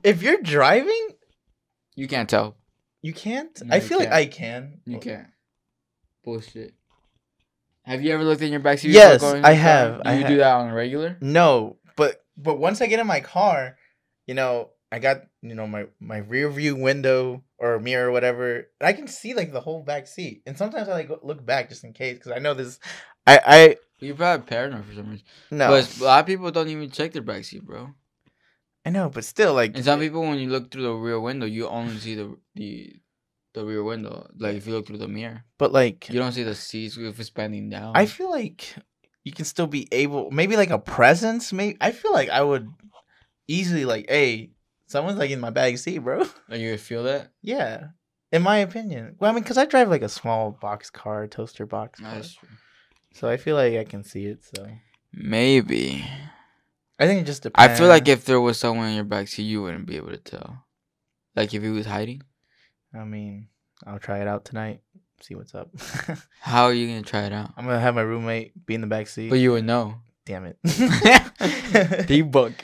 S2: if you're driving,
S1: You can't tell.
S2: you can't.
S1: No,
S2: I
S1: you
S2: feel like
S1: can't.
S2: I can.
S1: You can't. Bullshit. Have you ever looked in your backseat? before
S2: Yes,
S1: going in
S2: I
S1: the car?
S2: have,
S1: Do
S2: I
S1: you
S2: have.
S1: do that on a regular?
S2: No, but but once I get in my car, you know, I got you know my my rear view window or mirror or whatever, and I can see like the whole back seat. And sometimes I like go- look back just in case because I know this. I
S1: You're probably paranoid for some reason.
S2: I no.
S1: But a lot of people don't even check their backseat, bro.
S2: I know, but still like.
S1: And some people, when you look through the rear window, you only see the the the rear window. Like if you look through the mirror,
S2: But like.
S1: you don't see the seats if it's bending down.
S2: I feel like you can still be able, maybe like a presence. Maybe I feel like I would easily like, hey, someone's like in my back seat, bro.
S1: Like, you feel that.
S2: yeah, in my opinion. Well, I mean, because I drive like a small box car, toaster box, car,
S1: That's true.
S2: so I feel like I can see it. So
S1: Maybe.
S2: I think it just
S1: I
S2: depends.
S1: feel like if there was someone in your backseat, you wouldn't be able to tell. Like if he was hiding,
S2: I mean, I'll try it out tonight. See what's up.
S1: how are you gonna try it out?
S2: I'm gonna have my roommate be in the back seat.
S1: But you would know.
S2: Damn it.
S1: Debunk.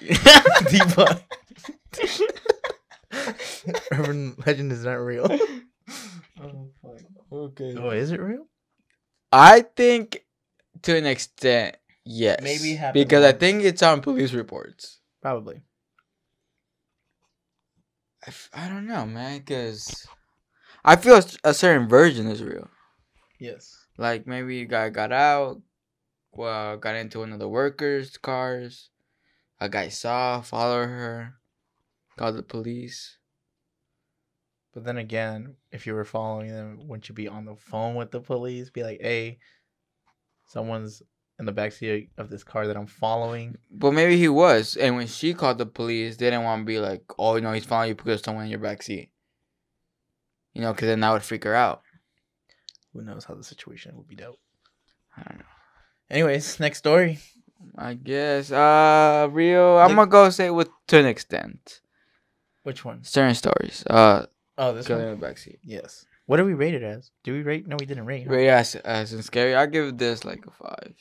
S2: Debug. Urban legend is not real. Oh, fuck.
S1: okay.
S2: Oh, is it real?
S1: I think to an extent, yes.
S2: Maybe it happened
S1: because I
S2: once.
S1: think it's on police reports.
S2: Probably.
S1: I, f- I don't know, man, because I feel a s- a certain version is real.
S2: Yes.
S1: Like maybe a guy got out, well, got into one of the workers' cars. A guy saw, followed her, called the police.
S2: But then again, if you were following them, wouldn't you be on the phone with the police? Be like, hey, someone's in the backseat of this car that I'm following.
S1: But maybe he was, and when she called the police, they didn't want to be like, "Oh no, he's following you because someone in your backseat." You know, because then that would freak her out.
S2: Who knows how the situation will be dealt.
S1: I don't know.
S2: Anyways, next story.
S1: I guess. Uh, Rio, I'm
S2: Like-
S1: gonna go say with to an extent.
S2: Which one?
S1: Certain stories. Uh,
S2: Oh, this
S1: killing
S2: one.
S1: in the backseat.
S2: Yes. What are we rated as? Do we rate? No, we didn't rate. huh?
S1: But yeah, as, as in scary, I give this like a five.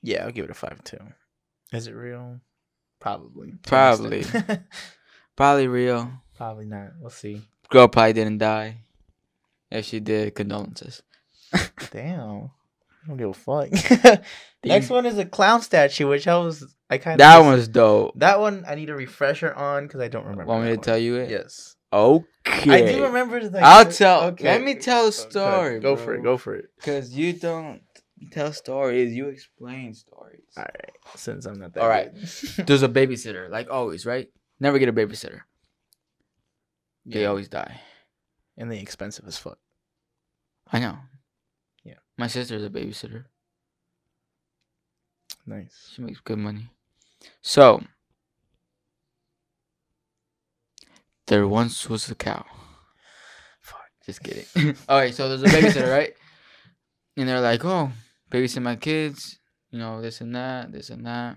S2: Yeah, I'll give it a five too. Is it real? Probably. To an
S1: Probably.
S2: extent.
S1: Probably Rio.
S2: Probably not. We'll see.
S1: Girl probably didn't die. If she did, condolences.
S2: Damn. I don't give a fuck.
S1: Damn.
S2: Next one is a clown statue, which I was I kind of
S1: That one's dope.
S2: that one I need a refresher on because I don't remember.
S1: Want me to
S2: that
S1: tell you
S2: one.
S1: it?
S2: Yes,
S1: Okay.
S2: I do remember. Like,
S1: I'll
S2: the-
S1: tell.
S2: okay.
S1: Let me tell a
S2: Okay,
S1: story.
S2: Go for it. Go for it.
S1: Because you don't tell stories, you explain stories.
S2: All Since I'm not that.
S1: All right.
S2: good.
S1: There's a babysitter, like always, right? Never get a babysitter. They
S2: Yeah.
S1: always die.
S2: and they expensive as fuck.
S1: I know.
S2: Yeah.
S1: My sister's a babysitter.
S2: Nice.
S1: She makes good money. So, there once was a cow.
S2: Fuck.
S1: Just kidding. All right, so there's a babysitter, right? And they're like, oh, babysit my kids, you know, this and that, this and that.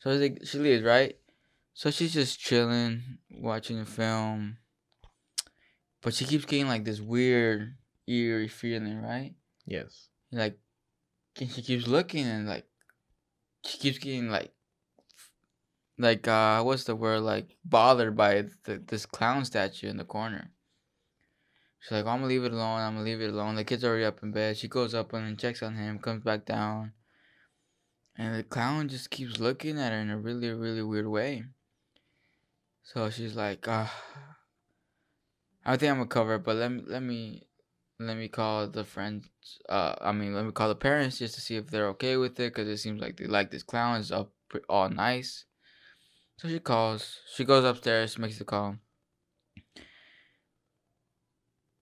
S1: So they, she leaves, right? So she's just chilling, watching a film. But she keeps getting like this weird, eerie feeling, right?
S2: Yes.
S1: And, like and she keeps looking and like she keeps getting like like uh what's the word like bothered by the, this clown statue in the corner she's like i'm gonna leave it alone i'm gonna leave it alone the kid's already up in bed she goes up and checks on him comes back down and the clown just keeps looking at her in a really really weird way so she's like uh i think i'm gonna cover it but let me let me let me call the friends uh i mean let me call the parents just to see if they're okay with it because it seems like they like this clown is up pre- all nice so she calls she goes upstairs makes the call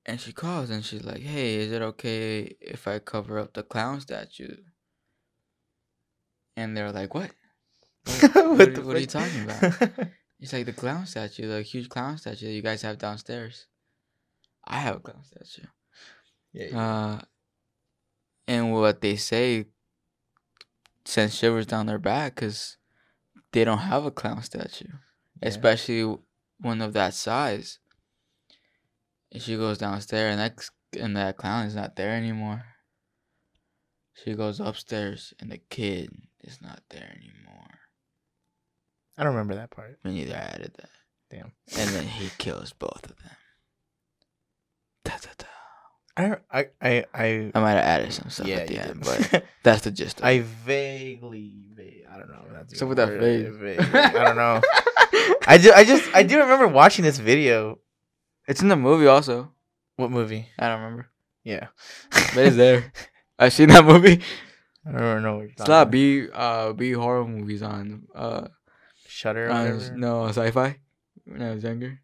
S1: and she calls and she's like hey is it okay if i cover up the clown statue and they're like what
S2: what
S1: what
S2: the
S1: are you
S2: fuck?
S1: talking about? it's like the clown statue the huge clown statue that you guys have downstairs i have a clown statue
S2: yeah. yeah.
S1: uh, and what they say sends shivers down their back because they don't have a clown statue, especially one of that size. And she goes downstairs, and that and that clown is not there anymore. She goes upstairs, and the kid is not there anymore.
S2: I don't remember that part.
S1: We need to add that.
S2: Damn.
S1: And then he kills both of them. Da, da, da.
S2: I don't- I I I.
S1: I might have added some stuff
S2: yeah.
S1: at the
S2: you
S1: end,
S2: did.
S1: but that's the gist. Of it.
S2: I vaguely, vague, I don't know. That's
S1: So with that vague.
S2: I don't know. I do. I just. I do remember watching this video.
S1: It's in the movie also.
S2: What movie?
S1: I don't remember,
S2: Yeah.
S1: but it's there. I've seen that movie.
S2: I don't know. What you're
S1: It's a lot of B uh B horror movies on uh,
S2: Shutter.
S1: on no sci-fi when I was younger.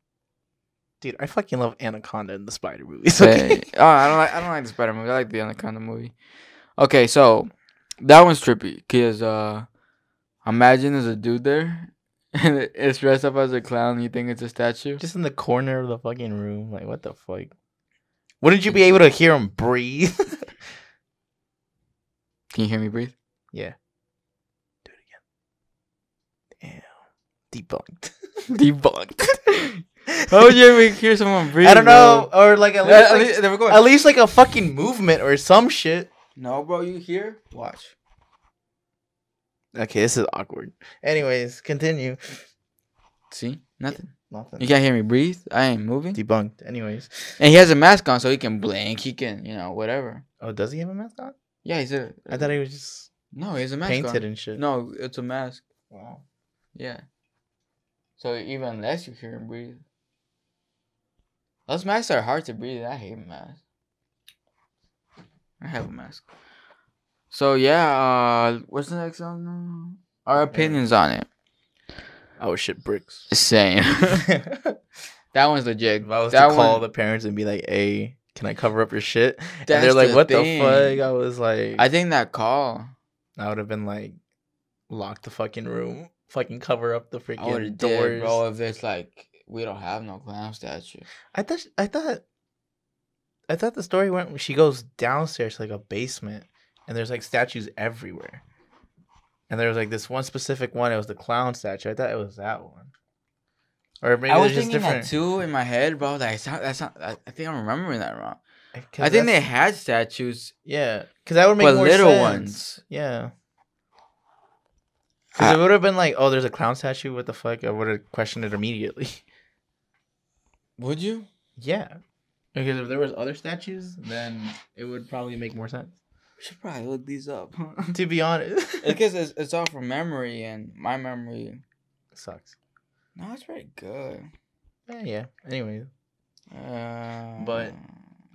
S2: Dude, I fucking love Anaconda and the Spider movies.
S1: Hey, oh, I don't like I don't like the Spider movie. I like the Anaconda movie. Okay, so that one's trippy because uh, imagine there's a dude there and it- it's dressed up as a clown. and You think it's a statue?
S2: Just in the corner of the fucking room. Like, what the fuck? Wouldn't you be able to hear him breathe?
S1: Can you hear me breathe?
S2: yeah. Do it again. Damn. Debunked.
S1: Debunked. Oh, How would you ever hear someone breathe?
S2: I don't know. Or like at
S1: bro?
S2: least,
S1: At
S2: like,
S1: least- they were going.
S2: at least like a fucking movement or some shit.
S1: No, bro, you here? Watch.
S2: Okay, this is awkward. Anyways, continue.
S1: See? Nothing. You
S2: Nothing.
S1: can't hear me breathe. I ain't moving.
S2: Debunked. Anyways.
S1: And he has a mask on, so he can blink. He can, you know, whatever.
S2: Oh, does he have a mask on?
S1: Yeah, he's a.
S2: I thought he was just
S1: no, he has a mask
S2: painted
S1: on.
S2: and shit.
S1: No, it's a mask.
S2: Wow.
S1: Yeah. So even less you hear him breathe. Those masks are hard to breathe. I hate masks. I have a mask. So yeah, uh, what's the next one? Our opinions on it.
S2: Oh shit, bricks.
S1: Same. That one's legit.
S2: If I was
S1: that
S2: to call
S1: one,
S2: the parents and be like, "Hey, can I cover up your shit?" and
S1: that's
S2: they're like, "What
S1: thing.
S2: the fuck?" I was like,
S1: I think that call.
S2: I would have been like, lock the fucking room, fucking cover up the
S1: I would
S2: freaking
S1: have
S2: doors.
S1: did, bro. If it's like we don't have no clown statue.
S2: I thought, I thought, I thought the story went. She goes downstairs to like a basement, and there's like statues everywhere. And there was like this one specific one. It was the clown statue. I thought it was that one, or maybe
S1: I
S2: it
S1: was
S2: was just
S1: thinking
S2: different.
S1: that too in my head, bro. Like it's not- that's not. I I think I'm remembering that wrong.
S2: 'Cause
S1: I think they
S2: that's-
S1: had statues,
S2: yeah, because that would make
S1: but
S2: more
S1: little
S2: sense.
S1: ones.
S2: Yeah. Because it would have been like, oh, there's a clown statue. What the fuck? I would have questioned it immediately.
S1: Would you?
S2: yeah. Because if there was other statues, then it would probably make more sense.
S1: We should probably look these up.
S2: To be honest,
S1: Because it's, it's all from memory, and my memory.
S2: sucks.
S1: No, it's pretty good.
S2: Yeah, yeah. Anyway,
S1: Uh,
S2: But-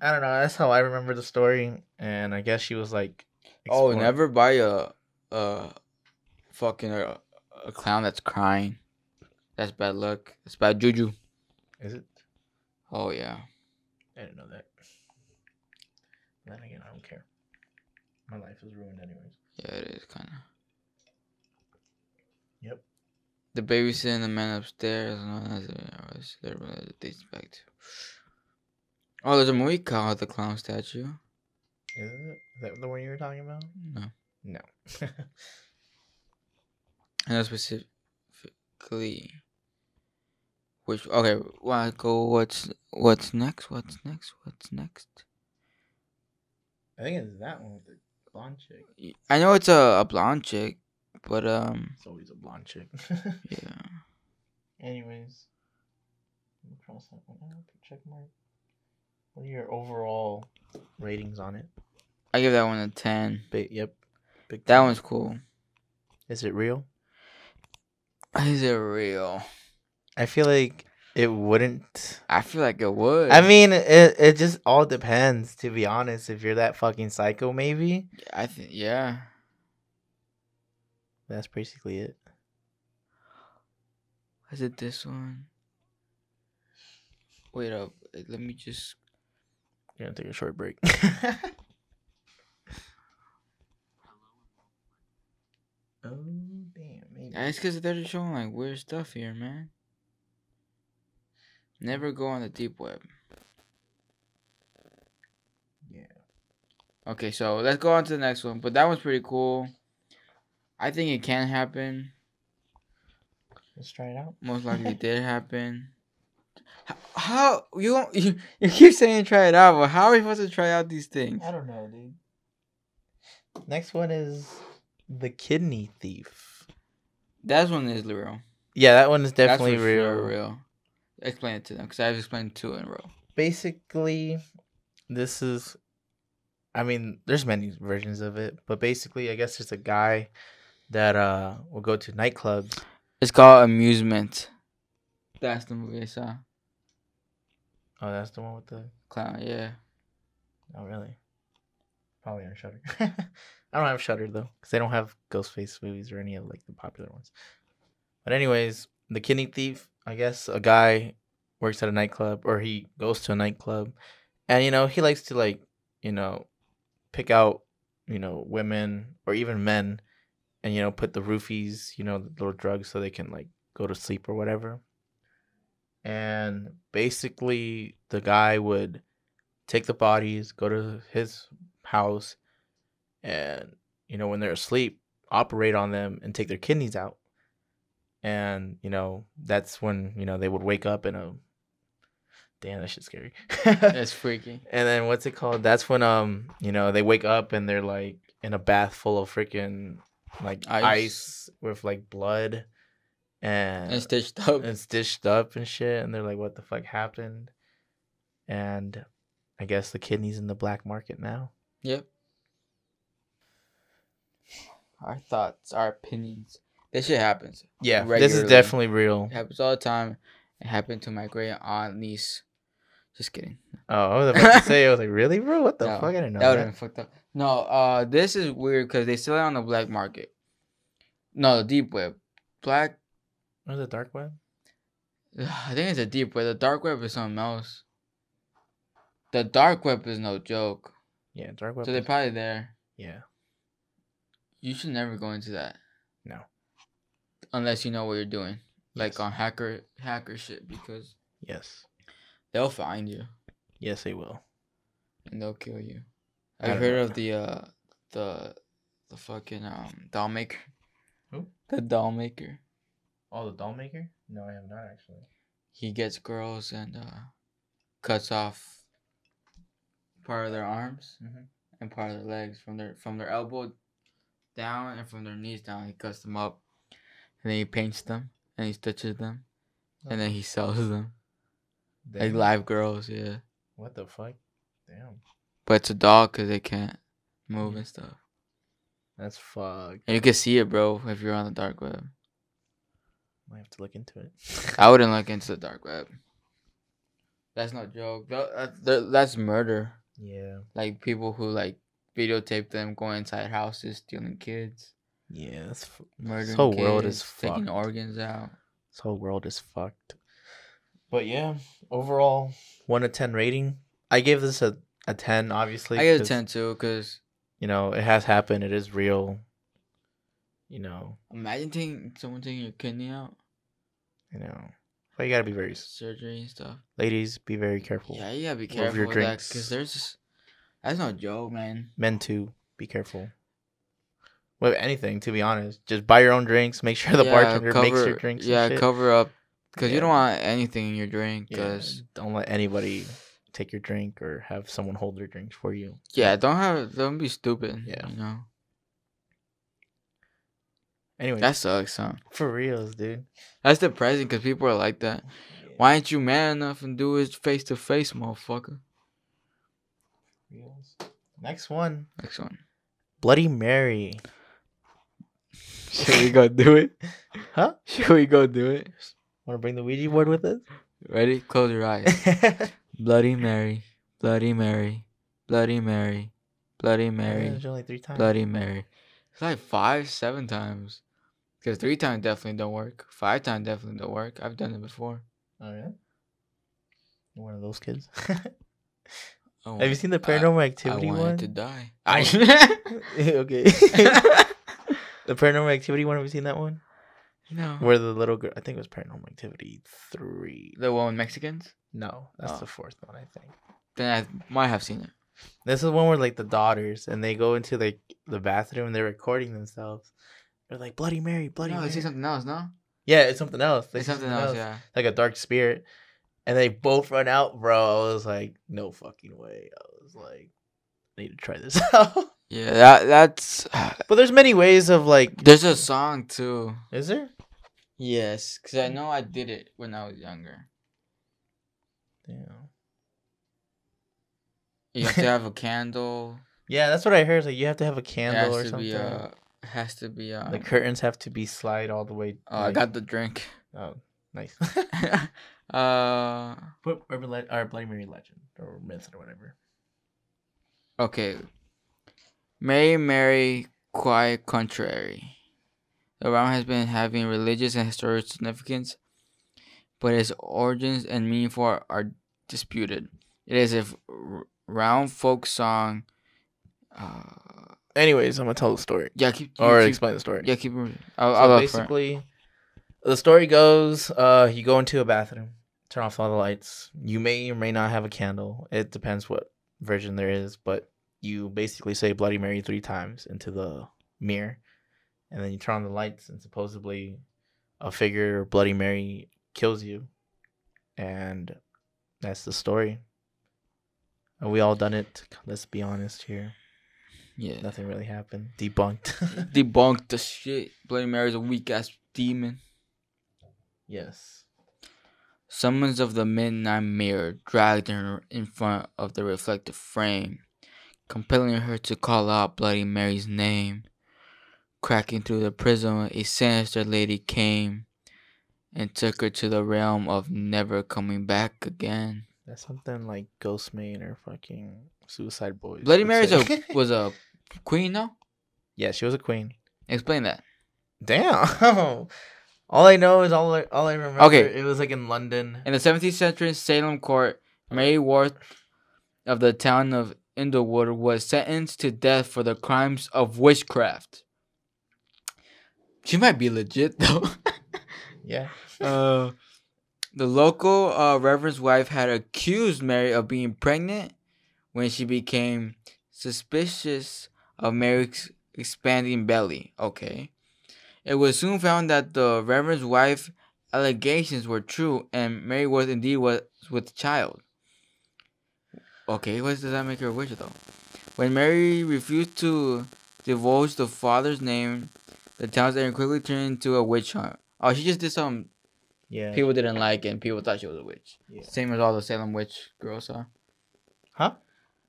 S2: I don't know. That's how I remember the story, and I guess she was like,
S1: oh,
S2: exploring-
S1: never buy a a fucking a, a clown that's crying. That's bad luck. That's bad juju.
S2: Is it?
S1: Oh yeah.
S2: I didn't know that. Then again, I don't care. My life is ruined anyways.
S1: Yeah, it is kind of.
S2: Yep.
S1: The babysitter and the man upstairs. No, that's it. Was there it dates back to? Oh, there's a movie called The Clown Statue.
S2: Is it? Is that the one you were talking about?
S1: No,
S2: No.
S1: I know specifically. Which okay? Well, I go. What's what's next? What's next? What's next?
S2: I think it's that one with the blonde chick.
S1: Y- I know it's a, a blonde chick, but um,
S2: It's always a blonde chick.
S1: yeah.
S2: Anyways, let me cross that one out. Check mark. What are your overall ratings on it?
S1: I give that one a ten.
S2: Ba- yep. Big
S1: That
S2: ten.
S1: one's cool.
S2: Is it real?
S1: Is it real?
S2: I feel like it wouldn't.
S1: I feel like it would.
S2: I mean, it it just all depends. To be honest, if you're that fucking psycho, maybe
S1: I think yeah.
S2: that's basically it.
S1: Is it this one? Wait up. uh, Let me just.
S2: We're gonna take a short break. Oh damn! Maybe.
S1: Ah, It's because they're just showing like weird stuff here, man. Never go on the deep web.
S2: Yeah.
S1: Okay, so let's go on to the next one. But that one's pretty cool. I think it can happen.
S2: Let's try it out.
S1: Most likely did happen. H- How you, don't- you you keep saying try it out, but how are we supposed to try out these things?
S2: I don't know, dude. Next one is the kidney thief.
S1: That one is real.
S2: Yeah, that one is
S1: That's
S2: definitely
S1: for
S2: real.
S1: sure real. Explain it to them because I've explained two in a row.
S2: Basically, this is. I mean, there's many versions of it, but basically, I guess it's a guy that uh will go to nightclubs.
S1: It's called Amusement. That's the movie I saw.
S2: Oh, that's the one with the.
S1: Clown, yeah.
S2: Oh, really? Probably on Shutter. I don't have Shutter though, because they don't have Ghostface movies or any of like the popular ones. But anyways, the kidney thief. I guess a guy works at a nightclub, or he goes to a nightclub, and you know he likes to like you know pick out you know women or even men, and you know put the roofies, you know the little drugs, so they can like go to sleep or whatever. And basically, the guy would take the bodies, go to his house, and you know when they're asleep, operate on them and take their kidneys out. And you know that's when you know they would wake up in a. Damn, that shit's scary.
S1: It's freaky.
S2: And then what's it called? That's when um you know they wake up and they're like in a bath full of freaking like
S1: Ice.
S2: ice. with like blood and
S1: And stitched up.
S2: and stitched up and shit and they're like what the fuck happened? And I guess the kidneys in the black market now.
S1: Yep. Our thoughts, our opinions. This shit happens.
S2: Yeah, this
S1: Regularly.
S2: is definitely real.
S1: It happens all the time. It happened to my great aunt niece. Just kidding.
S2: Oh, I was about to say I was like, really, bro? What the
S1: No,
S2: fuck? I didn't know
S1: that
S2: that.
S1: would have been fucked up. No, uh, this is weird because they sell it on the black market. No, the deep web. Black
S2: What is it, dark web?
S1: I think it's a deep web. The dark web is something else. The dark web is no joke.
S2: Yeah, dark web.
S1: So they're
S2: is-
S1: probably there.
S2: yeah,
S1: You should never go into that.
S2: No.
S1: Unless you know what you're doing,
S2: Yes.
S1: like on hacker hacker shit, because
S2: yes,
S1: they'll find you
S2: yes, they will.
S1: and they'll kill you.
S2: I
S1: I've
S2: don't
S1: heard
S2: know.
S1: of the uh the the fucking um doll maker.
S2: Who?
S1: The doll maker.
S2: Oh, the doll maker? No, I have not actually.
S1: he gets girls and uh, cuts off part of their arms
S2: Mhm.
S1: and part of their legs from their from their elbow down and from their knees down. He cuts them up, and then he paints them and he stitches them, and then he sells them like
S2: Damn.
S1: live girls. Yeah,
S2: What the fuck? Damn,
S1: but it's a dog because they can't move and stuff.
S2: that's fuck.
S1: And you can see it, bro, if you're on the dark web.
S2: Might have to look into it.
S1: I wouldn't look into the dark web. That's no joke. Tha- that's- tha- That's murder.
S2: yeah,
S1: like people who like videotape them going inside houses, stealing kids,
S2: yeah, that's fu-
S1: murdering
S2: whole world
S1: kids,
S2: is
S1: taking
S2: fucked.
S1: organs out.
S2: this whole world is fucked. But yeah, overall, one to ten rating. I gave this a, a ten, obviously.
S1: I get a
S2: 'cause,
S1: ten too, cause
S2: You know, it has happened. It is real. You know,
S1: imagine taking someone taking your kidney out,
S2: you know. But you gotta be very, s-
S1: surgery and stuff.
S2: ladies, be very careful.
S1: Yeah, you gotta be
S2: Well, if
S1: careful
S2: your
S1: with that,
S2: drinks-
S1: cause there's just, that's no joke, man.
S2: Men too, be careful. With anything, to be honest, just buy your own drinks. Make sure the
S1: Yeah,
S2: bartender makes your
S1: cover-
S2: drinks. and
S1: Yeah,
S2: shit.
S1: cover up, cause
S2: Yeah.
S1: you don't want anything in your drink,
S2: Yeah,
S1: cause
S2: don't let anybody take your drink or have someone hold their drinks for you.
S1: yeah. don't have, don't be stupid.
S2: Yeah.
S1: Yeah, you know
S2: Anyway,
S1: that sucks. Huh?
S2: for reals, dude.
S1: That's depressing, cause people are like that. Why ain't you man enough and do it face to face, motherfucker?
S2: Reels. Next one,
S1: Next one.
S2: Bloody Mary.
S1: Should we go do it?
S2: Huh?
S1: Should we go do it?
S2: Want to bring the Ouija board with us?
S1: Ready? Close your eyes. Bloody Mary, Bloody Mary, Bloody Mary, Bloody
S2: Mary.
S1: Mary,
S2: only three times.
S1: Bloody Mary. It's like five, seven times. Because three times definitely don't work. Five times definitely don't work. I've done it before.
S2: Oh yeah. You're One of those kids.
S1: Oh,
S2: have you seen the
S1: I-
S2: Paranormal
S1: I
S2: Activity
S1: wanted
S2: one?
S1: to die.
S2: okay. the Paranormal Activity one. Have you seen that one?
S1: no.
S2: Where the little girl? I think it was Paranormal Activity three.
S1: the one with Mexicans?
S2: No, that's
S1: Oh.
S2: the fourth one. I think.
S1: Then I might have seen it.
S2: This is one where like the daughters and they go into like the bathroom and they're recording themselves. They're like Bloody Mary, Bloody
S1: no,
S2: Mary.
S1: they see something else, no?
S2: yeah, it's something else. They
S1: It's
S2: see
S1: something else, yeah.
S2: Like a dark spirit, and they both run out, bro. I was like, no fucking way. I was like, I need to try this out.
S1: Yeah, that that's.
S2: but there's many ways of like,
S1: There's a song too.
S2: is there?
S1: Yes, because I know I did it when I was younger.
S2: Yeah.
S1: You have to have a candle.
S2: Yeah, that's what I heard. It's like you have to have a
S1: It
S2: candle
S1: has
S2: or
S1: to
S2: something.
S1: be uh, has to be um,
S2: the curtains have to be slide all the way.
S1: Oh, I
S2: like-
S1: got the drink.
S2: Oh, nice.
S1: uh,
S2: Put urban le- or Bloody Mary legend or myth or whatever.
S1: okay. Mary, Mary, quite contrary. The realm has been having religious and historical significance, but its origins and meaning for are disputed. It is a f- r- round folk song. Uh,
S2: Anyways, I'm gonna tell the story.
S1: Yeah, keep. keep
S2: or
S1: keep-
S2: explain the story.
S1: Yeah, keep. moving. I'll,
S2: So
S1: I'll basically,
S2: basically, the story goes: uh, you go into a bathroom, turn off all the lights. You may or may not have a candle. It depends what version there is, but you basically say Bloody Mary three times into the mirror, and then you turn on the lights, and supposedly, a figure Bloody Mary kills you, and that's the story. And we all done it. Let's be honest here.
S1: yeah.
S2: Nothing really happened. Debunked.
S1: Debunk the shit. Bloody Mary's a weak ass demon.
S2: yes.
S1: Summons of the midnight mirror dragged her in front of the reflective frame, compelling her to call out Bloody Mary's name. Cracking through the prism, a sinister lady came and took her to the realm of never coming back again.
S2: That's something like Ghost Main or fucking Suicide Boys.
S1: Bloody
S2: would
S1: Mary's
S2: say.
S1: a, was a queen, though?
S2: yeah, she was a queen.
S1: Explain that.
S2: Damn. All I know is all I, all I remember.
S1: Okay.
S2: It was like in London.
S1: In the 17th century, Salem court, Mary Worth of the town of Inglewood was sentenced to death for the crimes of witchcraft. She might be legit though.
S2: Yeah.
S1: uh, the local uh, reverend's wife had accused Mary of being pregnant when she became suspicious of Mary's expanding belly. Okay. It was soon found that the reverend's wife allegations were true and Mary was indeed was with child. Okay, what does that make her a witch though? When Mary refused to divulge the father's name, the town's area quickly turned into a witch hunt. Oh, she just did some
S2: Yeah.
S1: people didn't like it and people thought she was a witch.
S2: Yeah.
S1: Same as all the Salem witch girls, huh?
S2: Huh?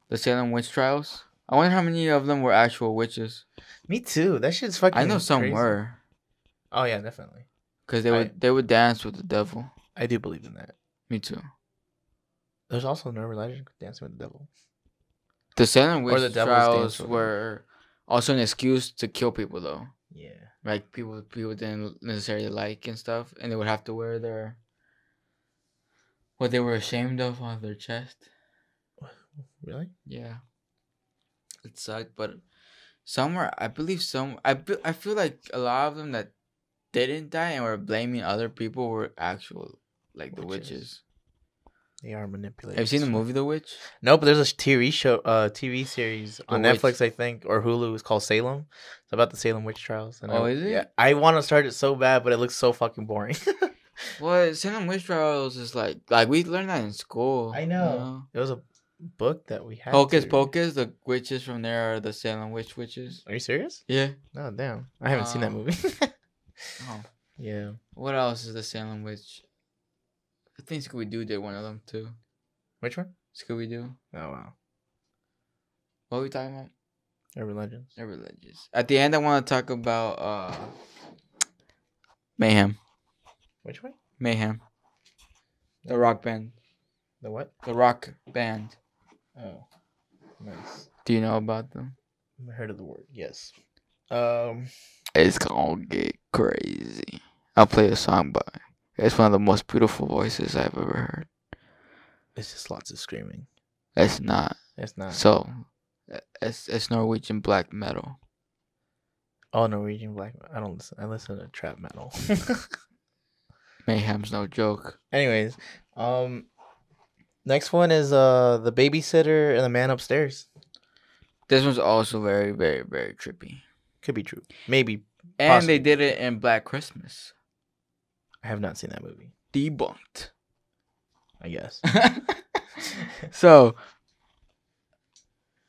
S1: The Salem witch trials. I wonder how many of them were actual witches.
S2: Me too. That shit's fucking.
S1: I know some
S2: crazy.
S1: were,
S2: Oh yeah, definitely.
S1: cause they
S2: I-
S1: would they would dance with the devil.
S2: I do believe in that.
S1: Me too.
S2: There's also no religion dancing with the devil.
S1: The Salem
S2: Or
S1: witch
S2: the devil's dance
S1: trials
S2: with them.
S1: were also an excuse to kill people, though.
S2: Yeah.
S1: Like people people didn't necessarily like and stuff, and they would have to wear their what they were ashamed of on their chest.
S2: Really?
S1: Yeah. It sucked, but somewhere I believe some I be, I feel like a lot of them that didn't die and were blaming other people were actual like the
S2: Witches.
S1: witches.
S2: They are manipulated.
S1: Have you seen the movie The Witch?
S2: No, but there's a sh- TV show, uh, TV series on
S1: witch.
S2: Netflix, I think, or Hulu. It's called Salem. It's about the Salem witch trials.
S1: Oh,
S2: I,
S1: is it?
S2: Yeah, I want to start it so bad, but it looks so fucking boring.
S1: Well, Salem Witch Trials is like like we learned that in school.
S2: I
S1: you
S2: know. it was a book that we had.
S1: Hocus
S2: to-
S1: Pocus, the witches from there are the Salem Witch witches.
S2: Are you serious?
S1: Yeah.
S2: No, damn. I haven't seen that
S1: Um,
S2: movie.
S1: Oh.
S2: yeah.
S1: What else is the Salem Witch? I think Scooby Doo did one of them too.
S2: Which one?
S1: Scooby Doo.
S2: Oh wow.
S1: What are we talking about?
S2: Urban Legends.
S1: They're religious. At the end, I want to talk about uh, Mayhem.
S2: Which one?
S1: Mayhem. The rock band.
S2: The what?
S1: The rock band.
S2: Oh, nice.
S1: Do you know about them?
S2: I heard of the word. Yes. Um.
S1: It's gonna get crazy. I'll play a song by. It's one of the most beautiful voices I've ever heard.
S2: It's just lots of screaming.
S1: It's not.
S2: It's not.
S1: So, it's it's Norwegian black metal.
S2: all Norwegian black. I don't listen. I listen to trap metal.
S1: Mayhem's no joke.
S2: Anyways, um, next one is uh the babysitter and the man upstairs.
S1: This one's also very, very, very trippy.
S2: Could be true. Maybe
S1: And
S2: Possibly.
S1: they did it in Black Christmas.
S2: I have not seen that movie.
S1: Debunked.
S2: I guess.
S1: so,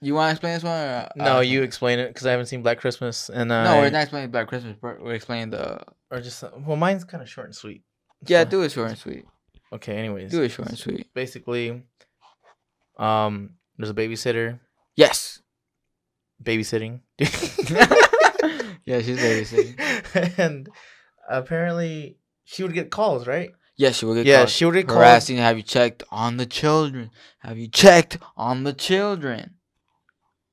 S1: you want to explain this one? Or
S2: No,
S1: uh,
S2: you explain it because I haven't seen Black Christmas and uh,
S1: No, we're not explaining Black Christmas. We're we're explaining the.
S2: or just well, mine's kind of short and sweet.
S1: Yeah,
S2: So-
S1: do it short and sweet.
S2: Okay, anyways,
S1: Do it short and sweet.
S2: Basically, um, there's a babysitter
S1: Yes.
S2: babysitting.
S1: yeah, she's babysitting.
S2: and apparently she would get calls, right?
S1: Yes, she will get
S2: yeah,
S1: caught
S2: she would get calls.
S1: harassing. Have you checked on the children? Have you checked on the children?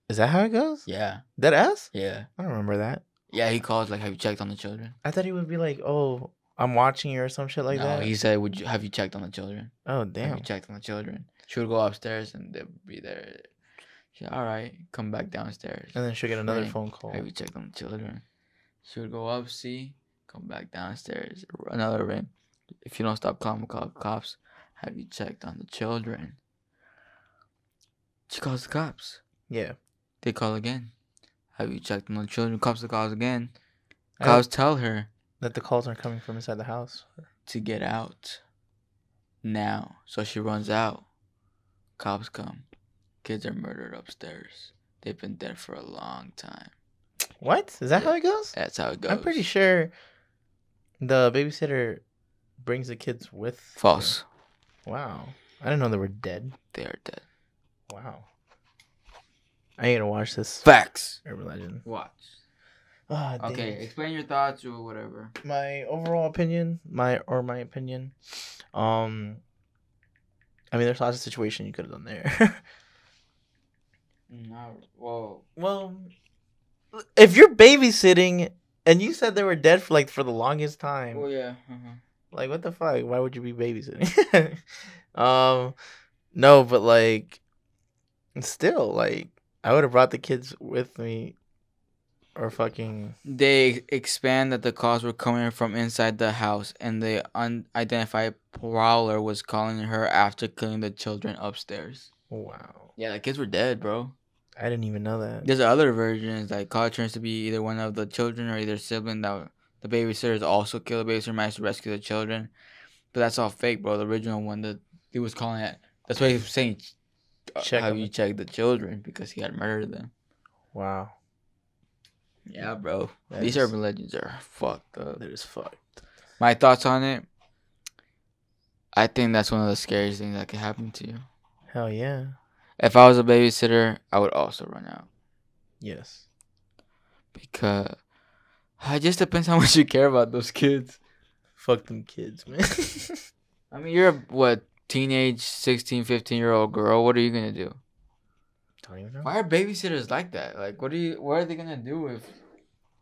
S2: Is that how it goes?
S1: Yeah,
S2: That ass?
S1: yeah,
S2: I don't remember that.
S1: yeah. He calls like, "Have you checked on the children?"
S2: I thought he would be like, "Oh, I'm watching you" or some shit like
S1: no,
S2: that.
S1: he said, "Would you have you checked on the children?
S2: Oh
S1: Have
S2: damn.
S1: you checked on the children?" She would go upstairs and they'd be there. She, all right, come back downstairs.
S2: And then she'll get another
S1: Right.
S2: phone call.
S1: Have you checked on the children? She would go up, see, come back downstairs, r- another ring. If you don't stop calling, we'll call the cops. Have you checked on the children? She calls the cops.
S2: Yeah.
S1: They call again. Have you checked on the children? Cops the calls again.
S2: I hope
S1: Cops tell her
S2: that the calls aren't coming from inside the house.
S1: to get out now. So she runs out. Cops come. Kids are murdered upstairs. They've been dead for a long time.
S2: What? Is that how it goes?
S1: That's how it goes.
S2: I'm pretty sure the babysitter brings the kids with. her.
S1: False.
S2: Wow. I didn't know they were dead.
S1: They are dead.
S2: Wow. I need to watch this
S1: Facts.
S2: urban legend.
S1: Watch.
S2: Ah, dang
S1: Okay,
S2: it.
S1: explain your thoughts or whatever.
S2: my overall opinion, my or my opinion, um, I mean, there's lots of situation you could have done there.
S1: No, whoa.
S2: well, if you're babysitting And you said they were dead for like for the longest time.
S1: Well, yeah. uh-huh.
S2: Like what the fuck? Why would you be babysitting? um, no, but like, still like I would have brought the kids with me, or fucking
S1: They expand that the calls were coming from inside the house, and the unidentified prowler was calling her after killing the children upstairs.
S2: wow.
S1: Yeah, the kids were dead, bro.
S2: I didn't even know that.
S1: There's other versions like call turns to be either one of the children or either sibling that the babysitters also kill the babysitter managed to rescue the children, but that's all fake, bro. The original one that he was calling it. That's why he was saying, uh,
S2: Check
S1: "Have
S2: on
S1: you checked the children?" Because he had murdered them.
S2: Wow.
S1: Yeah, bro.
S2: That
S1: These
S2: is-
S1: urban legends are fucked up.
S2: That is fucked.
S1: My thoughts on it. I think that's one of the scariest things that could happen to you.
S2: Hell yeah.
S1: If I was a babysitter, I would also run out
S2: Yes.
S1: because it just depends how much you care about those kids.
S2: Fuck them kids, man.
S1: I mean, you're a, what teenage 16, 15 year old girl. What are you gonna do?
S2: Don't even know.
S1: Why are babysitters like that? Like, what are you? What are they gonna do if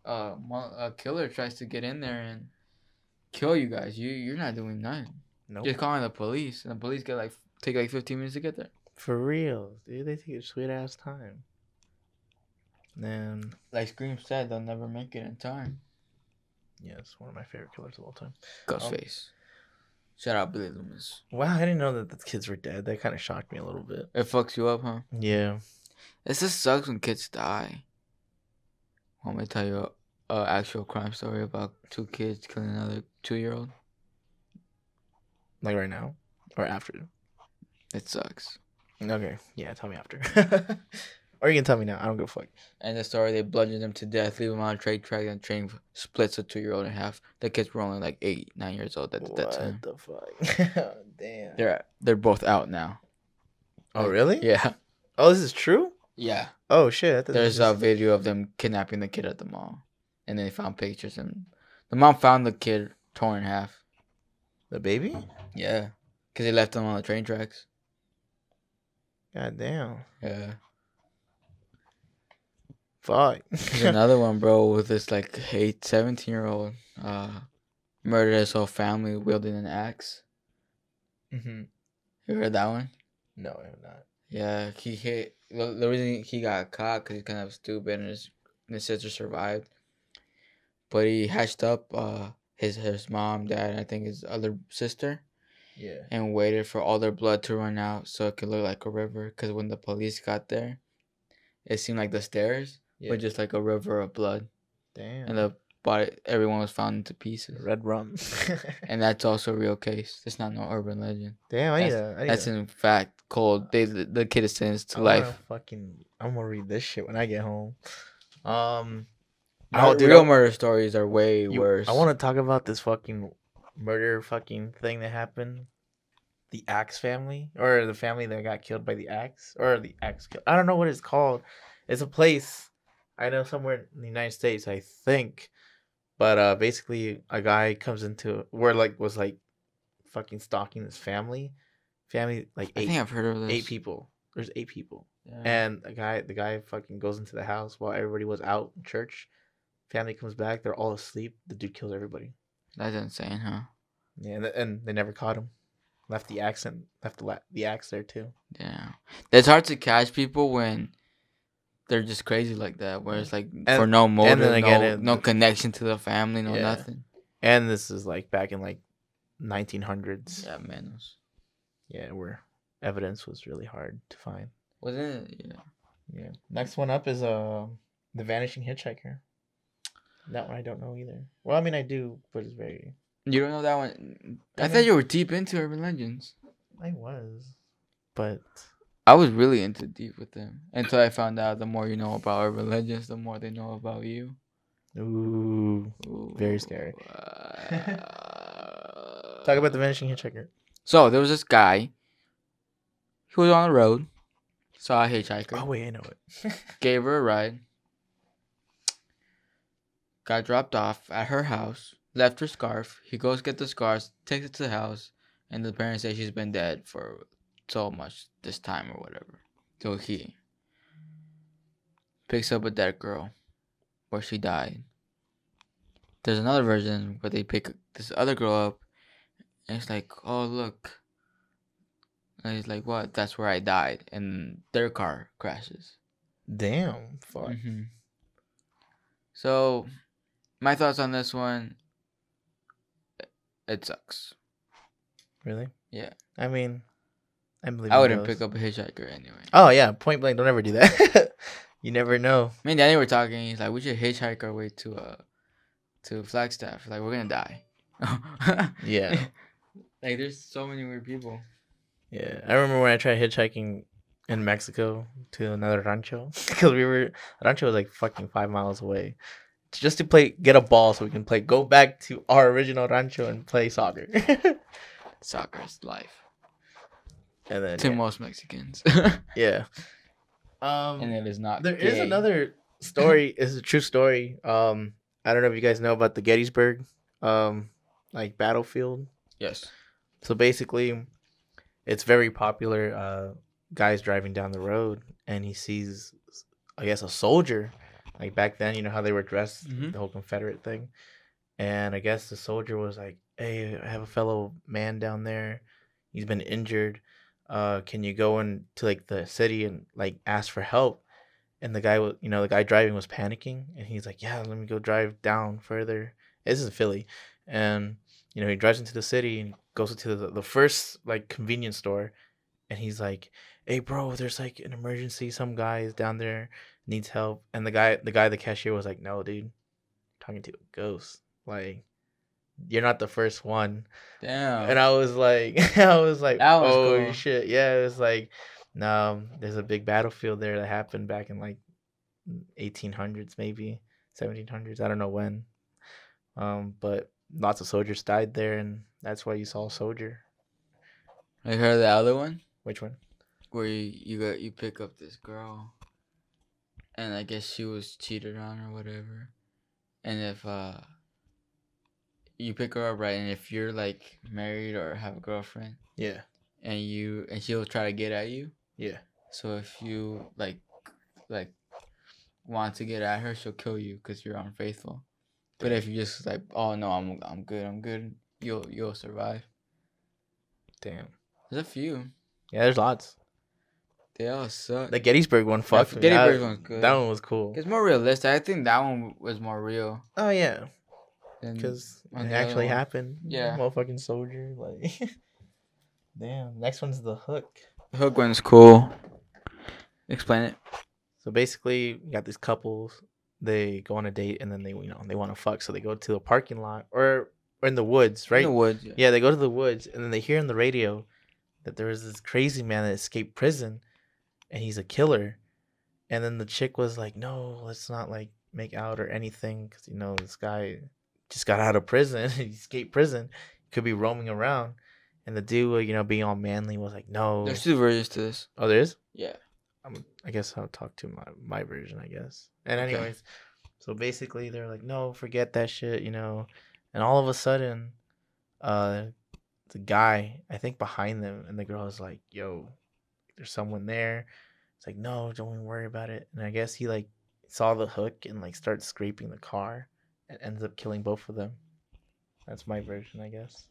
S1: uh, mo- a killer tries to get in there and kill you guys? You you're not doing nothing.
S2: Nope.
S1: Just calling the police, and the police get like take like fifteen minutes to get there.
S2: For real, dude. They take a sweet ass time. Then
S1: Like Scream said, they'll never make it in time.
S2: yes, one of my favorite killers of all time.
S1: Ghostface. Shout out Billy Loomis.
S2: Wow, I didn't know that the kids were dead. That kind of shocked me a little bit.
S1: It fucks you up, huh?
S2: Yeah.
S1: It just sucks when kids die. Want me to tell you a, a actual crime story about two kids killing another two year old?
S2: Like right now or after.
S1: It sucks.
S2: Okay. Yeah, tell me after. or you can tell me now. I don't give a fuck.
S1: And the story they bludgeoned them to death, leave them on a train track, and the train splits a two year old in half. The kids were only like eight, nine years old at that
S2: what
S1: time.
S2: the fuck? Damn.
S1: They're they're both out now.
S2: oh really?
S1: Yeah.
S2: Oh, this is true.
S1: Yeah.
S2: Oh shit. I thought this
S1: There's a
S2: was just-
S1: video of them kidnapping the kid at the mall. And they found pictures and the mom found the kid torn in half.
S2: the baby.
S1: Yeah. Cause they left him on the train tracks.
S2: God damn.
S1: Yeah.
S2: Fuck.
S1: There's another one, bro, with this like eight, 17 year old uh, murdered his whole family wielding an axe.
S2: mm-hmm.
S1: You heard that one?
S2: No, I have not.
S1: Yeah, he hit. The the reason he got caught because he's kind of stupid, and his, and his sister survived. But he hatched up uh, his his mom, dad, and I think his other sister.
S2: Yeah.
S1: and waited for all their blood to run out so it could look like a river. Because when the police got there, it seemed like the stairs
S2: Yeah.
S1: were just like a river of blood,
S2: Damn.
S1: and the body everyone was found into pieces.
S2: Red rum.
S1: And that's also a real case. It's not no urban legend.
S2: Damn, I need
S1: That's-
S2: a. I need
S1: That's
S2: a,
S1: in fact cold. They the the kid is sentenced to
S2: I wanna
S1: life.
S2: Fucking, I'm gonna read this shit when I get home. Um,
S1: Mur-
S2: no, dude,
S1: real
S2: I-
S1: murder stories are way
S2: you-
S1: worse.
S2: I want to talk about this fucking murder fucking thing that happened. The Axe family, or the family that got killed by the Axe, or the Axe kill. I don't know what it's called. It's a place I know somewhere in the United States, I think. But uh, basically, a guy comes into where like was like fucking stalking this family, family like
S1: I
S2: eight,
S1: think I've heard of this.
S2: eight people. There's eight people.
S1: Yeah.
S2: And the guy, the guy fucking goes into the house while everybody was out in church. Family comes back, they're all asleep. The dude kills everybody.
S1: That's insane, huh?
S2: Yeah, and, and they never caught him. Left the accent, left the la- the axe there too.
S1: Yeah, it's hard to catch people when they're just crazy like that, where it's like for no motive,
S2: again,
S1: no,
S2: it-
S1: no connection to the family, no
S2: Yeah.
S1: nothing.
S2: And this is like back in like 1900s. Yeah,
S1: Yeah, man. it was-
S2: where evidence was really hard to find.
S1: Wasn't it? Yeah.
S2: Yeah. Next one up is uh the vanishing hitchhiker. That one I don't know either. Well, I mean I do, but it's very.
S1: You don't know that one? I,
S2: I
S1: thought
S2: know.
S1: you were deep into urban legends.
S2: I was, but
S1: I was really into deep with them until I found out the more you know about urban legends, the more they know about you.
S2: ooh. Very scary.
S1: Wow.
S2: Talk about the vanishing hitchhiker.
S1: So there was this guy. He was on the road, saw a hitchhiker.
S2: Oh wait, I know it.
S1: gave her a ride, got dropped off at her house, left her scarf. He goes get the scarf, takes it to the house, and the parents say she's been dead for so much this time or whatever. So he picks up a dead girl where she died, there's another version where they pick this other girl up, and it's like, oh look, and it's like, what? That's where I died, and their car crashes.
S2: Damn. Fuck.
S1: Mhm. So, my thoughts on this one. It sucks.
S2: Really?
S1: Yeah.
S2: I mean, I believe.
S1: I
S2: in
S1: wouldn't
S2: those.
S1: pick up a hitchhiker anyway.
S2: Oh yeah, point blank. Don't ever do that. you never know.
S1: Me and Danny were talking. He's like, we should hitchhike our way to uh to Flagstaff. Like, we're gonna die.
S2: Yeah.
S1: like, there's so many weird people.
S2: Yeah, I remember when I tried hitchhiking in Mexico to another rancho because we were rancho was like fucking five miles away, just to play get a ball so we can play go back to our original rancho and play soccer. and
S1: Soccer is life
S2: then
S1: to
S2: yeah,
S1: most Mexicans, and
S2: yeah. um,
S1: it is not.
S2: there is
S1: gay.
S2: another story. it's a true story. Um, I don't know if you guys know about the Gettysburg, um, like battlefield.
S1: Yes.
S2: So basically, it's very popular. Uh, guys driving down the road, and he sees, I guess, a soldier. Like back then, you know how they were dressed,
S1: Mhm.
S2: the whole Confederate thing. And I guess the soldier was like, "Hey, I have a fellow man down there. He's been injured. Uh, can you go into like the city and like ask for help?" And the guy was, you know, the guy driving was panicking, and he's like, "Yeah, let me go drive down further." This is Philly, and you know, he drives into the city and goes into the, the first like convenience store and he's like, Hey bro, there's like an emergency, some guy is down there, needs help and the guy the guy the cashier was like, No dude, I'm talking to a ghost. Like you're not the first one.
S1: Damn.
S2: And I was like I was like
S1: That was
S2: Oh
S1: cool.
S2: shit. Yeah, it was like no, there's a big battlefield there that happened back in like eighteen hundreds maybe, seventeen hundreds, I don't know when. Um, but lots of soldiers died there and that's why you saw a soldier.
S1: I heard the other one
S2: Which one?
S1: where you you, got, you pick up this girl, and I guess she was cheated on or whatever, and if uh you pick her up right, and if you're like married or have a girlfriend,
S2: Yeah.
S1: and you and she'll try to get at you.
S2: Yeah.
S1: So if you like, like, want to get at her, she'll kill you because you're unfaithful. But if you just like, oh no, I'm I'm good, I'm good, you'll you'll survive.
S2: Damn.
S1: There's a few.
S2: Yeah, there's lots.
S1: They all suck.
S2: The Gettysburg one, fuck.
S1: the
S2: that-
S1: Gettysburg one's good.
S2: That one was cool.
S1: it's more realistic. I think that one was more real.
S2: Oh yeah,
S1: than-
S2: because
S1: on
S2: it
S1: the other
S2: actually
S1: one.
S2: happened.
S1: Yeah.
S2: Motherfucking soldier, like. Damn. Next one's the hook.
S1: the hook one's cool. Explain it.
S2: So basically, you got these couples. They go on a date and then they, you know, they want to fuck, so they go to the parking lot or or in the woods, right?
S1: In the woods.
S2: Yeah, they go to the woods and then they hear on the radio that there was this crazy man that escaped prison and he's a killer. And then the chick was like, no, let's not like make out or anything because, you know, this guy just got out of prison. he escaped prison. Could be roaming around. And the dude, you know, being all manly was like, no.
S1: There's two versions to this.
S2: Oh, there is?
S1: Yeah.
S2: I'm, I guess I'll talk to my, my version, I guess. And
S1: Okay.
S2: anyways, so basically they're like, no, forget that shit, you know. And all of a sudden, uh, the guy, I think behind them, and the girl is like, yo, there's someone there. It's like, no, don't even worry about it. And I guess he like saw the hook and like starts scraping the car and ends up killing both of them. That's my version, I guess.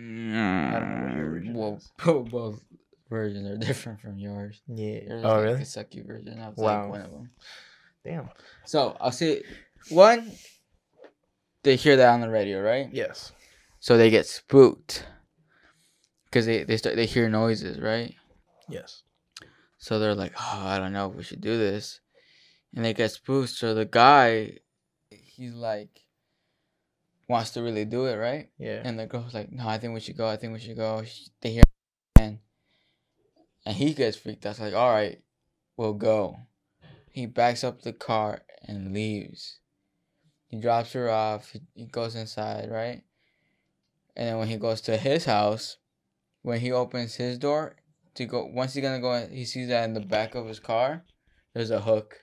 S2: know what your version
S1: Mm, Well,
S2: is.
S1: bo- both versions are different from yours.
S2: Yeah.
S1: There's
S2: oh,
S1: like
S2: really?
S1: The sucky version. I was
S2: Wow.
S1: like one of them.
S2: Damn.
S1: So I'll say one. They hear that on the radio, right?
S2: Yes.
S1: So they get spooked because they they start they hear noises, right?
S2: Yes.
S1: So they're like, oh, I don't know if we should do this, and they get spooked. So the guy, he's like, wants to really do it, right?
S2: Yeah.
S1: And the girl's like, no, I think we should go. I think we should go. Sh- They hear and and he gets freaked out. It's like, all right, we'll go. He backs up the car and leaves. He drops her off. He, he goes inside, right? And then when he goes to his house, when he opens his door to go, once he's gonna go, in, he sees that in the back of his car, there's a hook.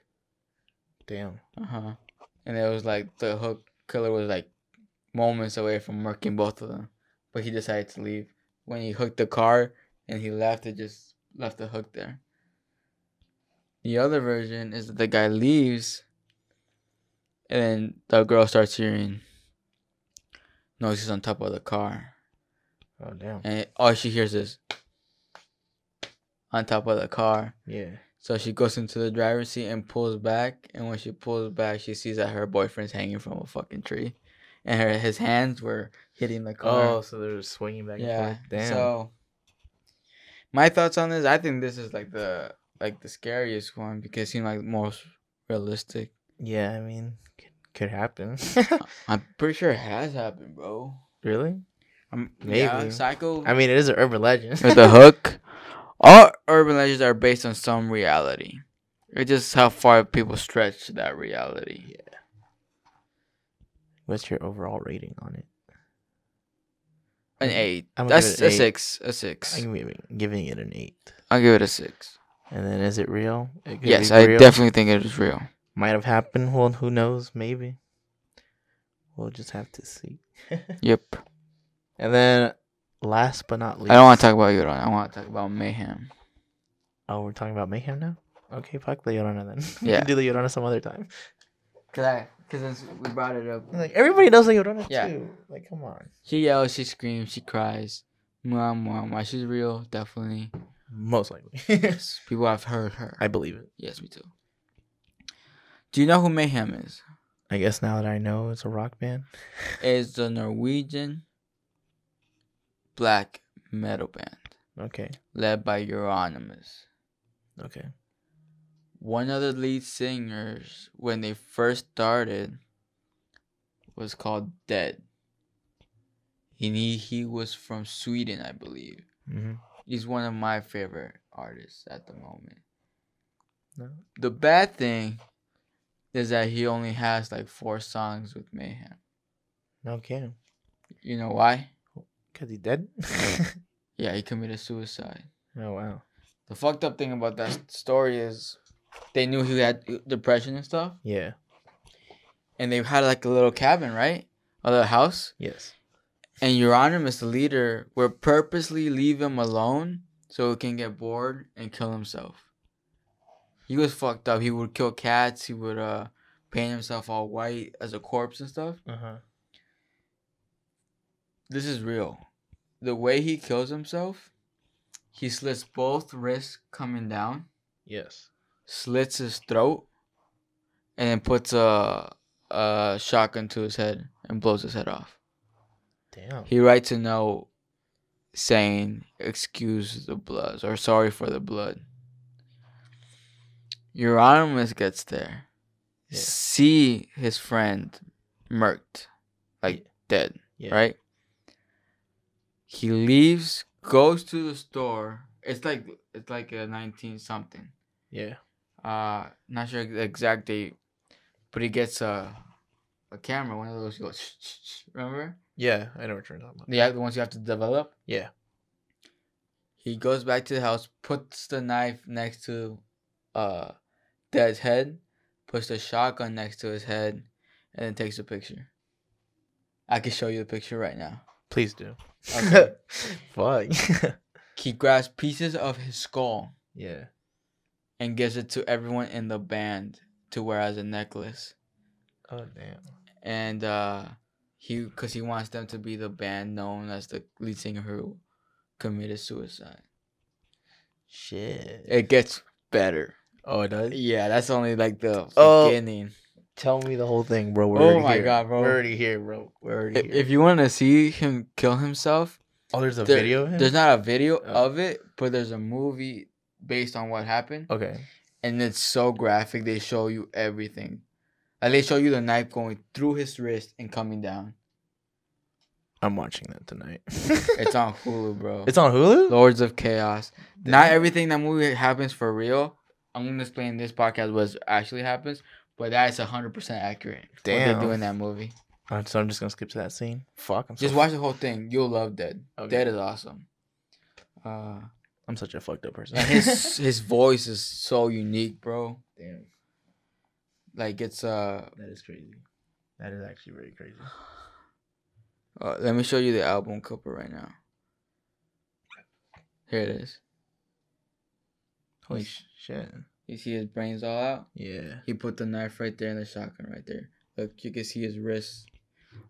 S2: Damn.
S1: Uh huh. And it was like the hook killer was like moments away from murking both of them, but he decided to leave. When he hooked the car and he left, it just left the hook there. The other version is that the guy leaves, and then the girl starts hearing noises on top of the car,
S2: Oh damn.
S1: and all she hears is on top of the car.
S2: Yeah.
S1: So she goes into the driver's seat and pulls back. And when she pulls back, she sees that her boyfriend's hanging from a fucking tree, and her his hands were hitting the
S2: Oh,
S1: car.
S2: so they're swinging back.
S1: yeah.
S2: And forth. Damn.
S1: So my thoughts on this, I think this is like the like the scariest one because it seemed like most realistic.
S2: yeah, I mean, could, could happen.
S1: I'm pretty sure it has happened, bro.
S2: really?
S1: I'm,
S2: Maybe.
S1: Yeah, psycho.
S2: I mean, it is an urban legend.
S1: with the hook. All urban legends are based on some reality. It's just how far people stretch that reality.
S2: What's your overall rating on it?
S1: An
S2: I'm-
S1: eight.
S2: I'm gonna give
S1: That's
S2: it an
S1: a
S2: eight.
S1: six. A six.
S2: I'm giving, giving it an eight.
S1: I'll give it a six.
S2: And then, is it real? It could
S1: yes,
S2: be
S1: I
S2: real.
S1: definitely think it is real.
S2: might have happened. Well, who knows? Maybe. We'll just have to see.
S1: Yep.
S2: And then, last but not least,
S1: I don't want to talk about Yorona. I want to talk about mayhem.
S2: Oh, we're talking about mayhem now. Okay, fuck the Yorona then. we
S1: Yeah.
S2: can do the Yorona some other time.
S1: Cause I, cause we brought it up.
S2: Like everybody knows the Yorona
S1: Yeah.
S2: too. Like, come on.
S1: She yells. She screams. She cries. Mwah, mwah, mwah. She's real, definitely.
S2: Most likely,
S1: People have heard her.
S2: I believe it.
S1: yes, me too. Do you know who Mayhem is?
S2: I guess now that I know it's a rock band.
S1: is the Norwegian black metal band
S2: Okay.
S1: led by Euronymous.
S2: Okay.
S1: One of the lead singers when they first started was called Dead. He ne- he was from Sweden, I believe.
S2: Mm-hmm.
S1: He's one of my favorite artists at the moment.
S2: No.
S1: The bad thing is that he only has like four songs with Mayhem.
S2: No kidding.
S1: You know why?
S2: Cause he dead.
S1: Yeah, he committed suicide.
S2: oh wow.
S1: The fucked up thing about that story is they knew he had uh, depression and stuff,
S2: Yeah.
S1: and they had like a little cabin, right? A little house.
S2: Yes.
S1: And Euronymous, the leader, would purposely leave him alone so he can get bored and kill himself. He was fucked up. He would kill cats. He would uh paint himself all white as a corpse and stuff.
S2: Uh huh.
S1: This is real. The way he kills himself, he slits both wrists coming down.
S2: Yes.
S1: slits his throat, and then puts a a shotgun to his head and blows his head off.
S2: Damn.
S1: He writes a note saying, "Excuse the bloods" or "Sorry for the blood." Euronymous gets there,
S2: Yeah.
S1: see his friend murked, like dead,
S2: Yeah.
S1: right? He leaves, goes to the store. It's like it's like a nineteen something
S2: Yeah.
S1: uh not sure the exact date but he gets a a camera one of those you go shh, shh, shh, remember
S2: Yeah. I know what you're talking about.
S1: the act- the ones you have to develop
S2: Yeah.
S1: he goes back to the house puts the knife next to uh dad's head puts the shotgun next to his head and then takes a picture i can show you the picture right now
S2: Please do.
S1: Okay.
S2: Fuck.
S1: he grabs pieces of his skull
S2: yeah.
S1: and gives it to everyone in the band to wear as a necklace
S2: Oh damn.
S1: and uh he because he wants them to be the band known as the lead singer who committed suicide
S2: Shit.
S1: it gets better
S2: oh, it does.
S1: yeah that's only like the
S2: Oh,
S1: beginning
S2: Tell me the whole thing, bro. We're
S1: Oh
S2: already
S1: my
S2: here.
S1: God, bro.
S2: We're already here, bro. We're already
S1: if,
S2: here.
S1: if you want to see him kill himself
S2: oh, there's a
S1: there-
S2: video. Of him?
S1: there's not a video
S2: Oh.
S1: of it but there's a movie based on what happened
S2: Okay.
S1: and it's so graphic they show you everything like they show you the knife going through his wrist and coming down
S2: I'm watching that tonight.
S1: it's on hulu bro
S2: It's on Hulu.
S1: Lords of Chaos. Not
S2: Damn.
S1: everything that movie happens for real. I'm gonna explain in this podcast what actually happens, but that's hundred percent accurate. What
S2: Damn.
S1: they do in that movie.
S2: Uh, so I'm just gonna skip to that scene. Fuck. I'm so
S1: Just watch the whole thing. You'll love Dead.
S2: Okay.
S1: Dead is awesome. Uh,
S2: I'm such a fucked up person.
S1: and his his voice is so unique, bro.
S2: Damn,
S1: Like it's uh,
S2: that is crazy. That is actually very crazy.
S1: uh let me show you the album cover right now. Here it is.
S2: Holy
S1: Like-
S2: sh- shit.
S1: You see his brains all out.
S2: Yeah.
S1: He put the knife right there and the shotgun right there. Look, you can see his wrist.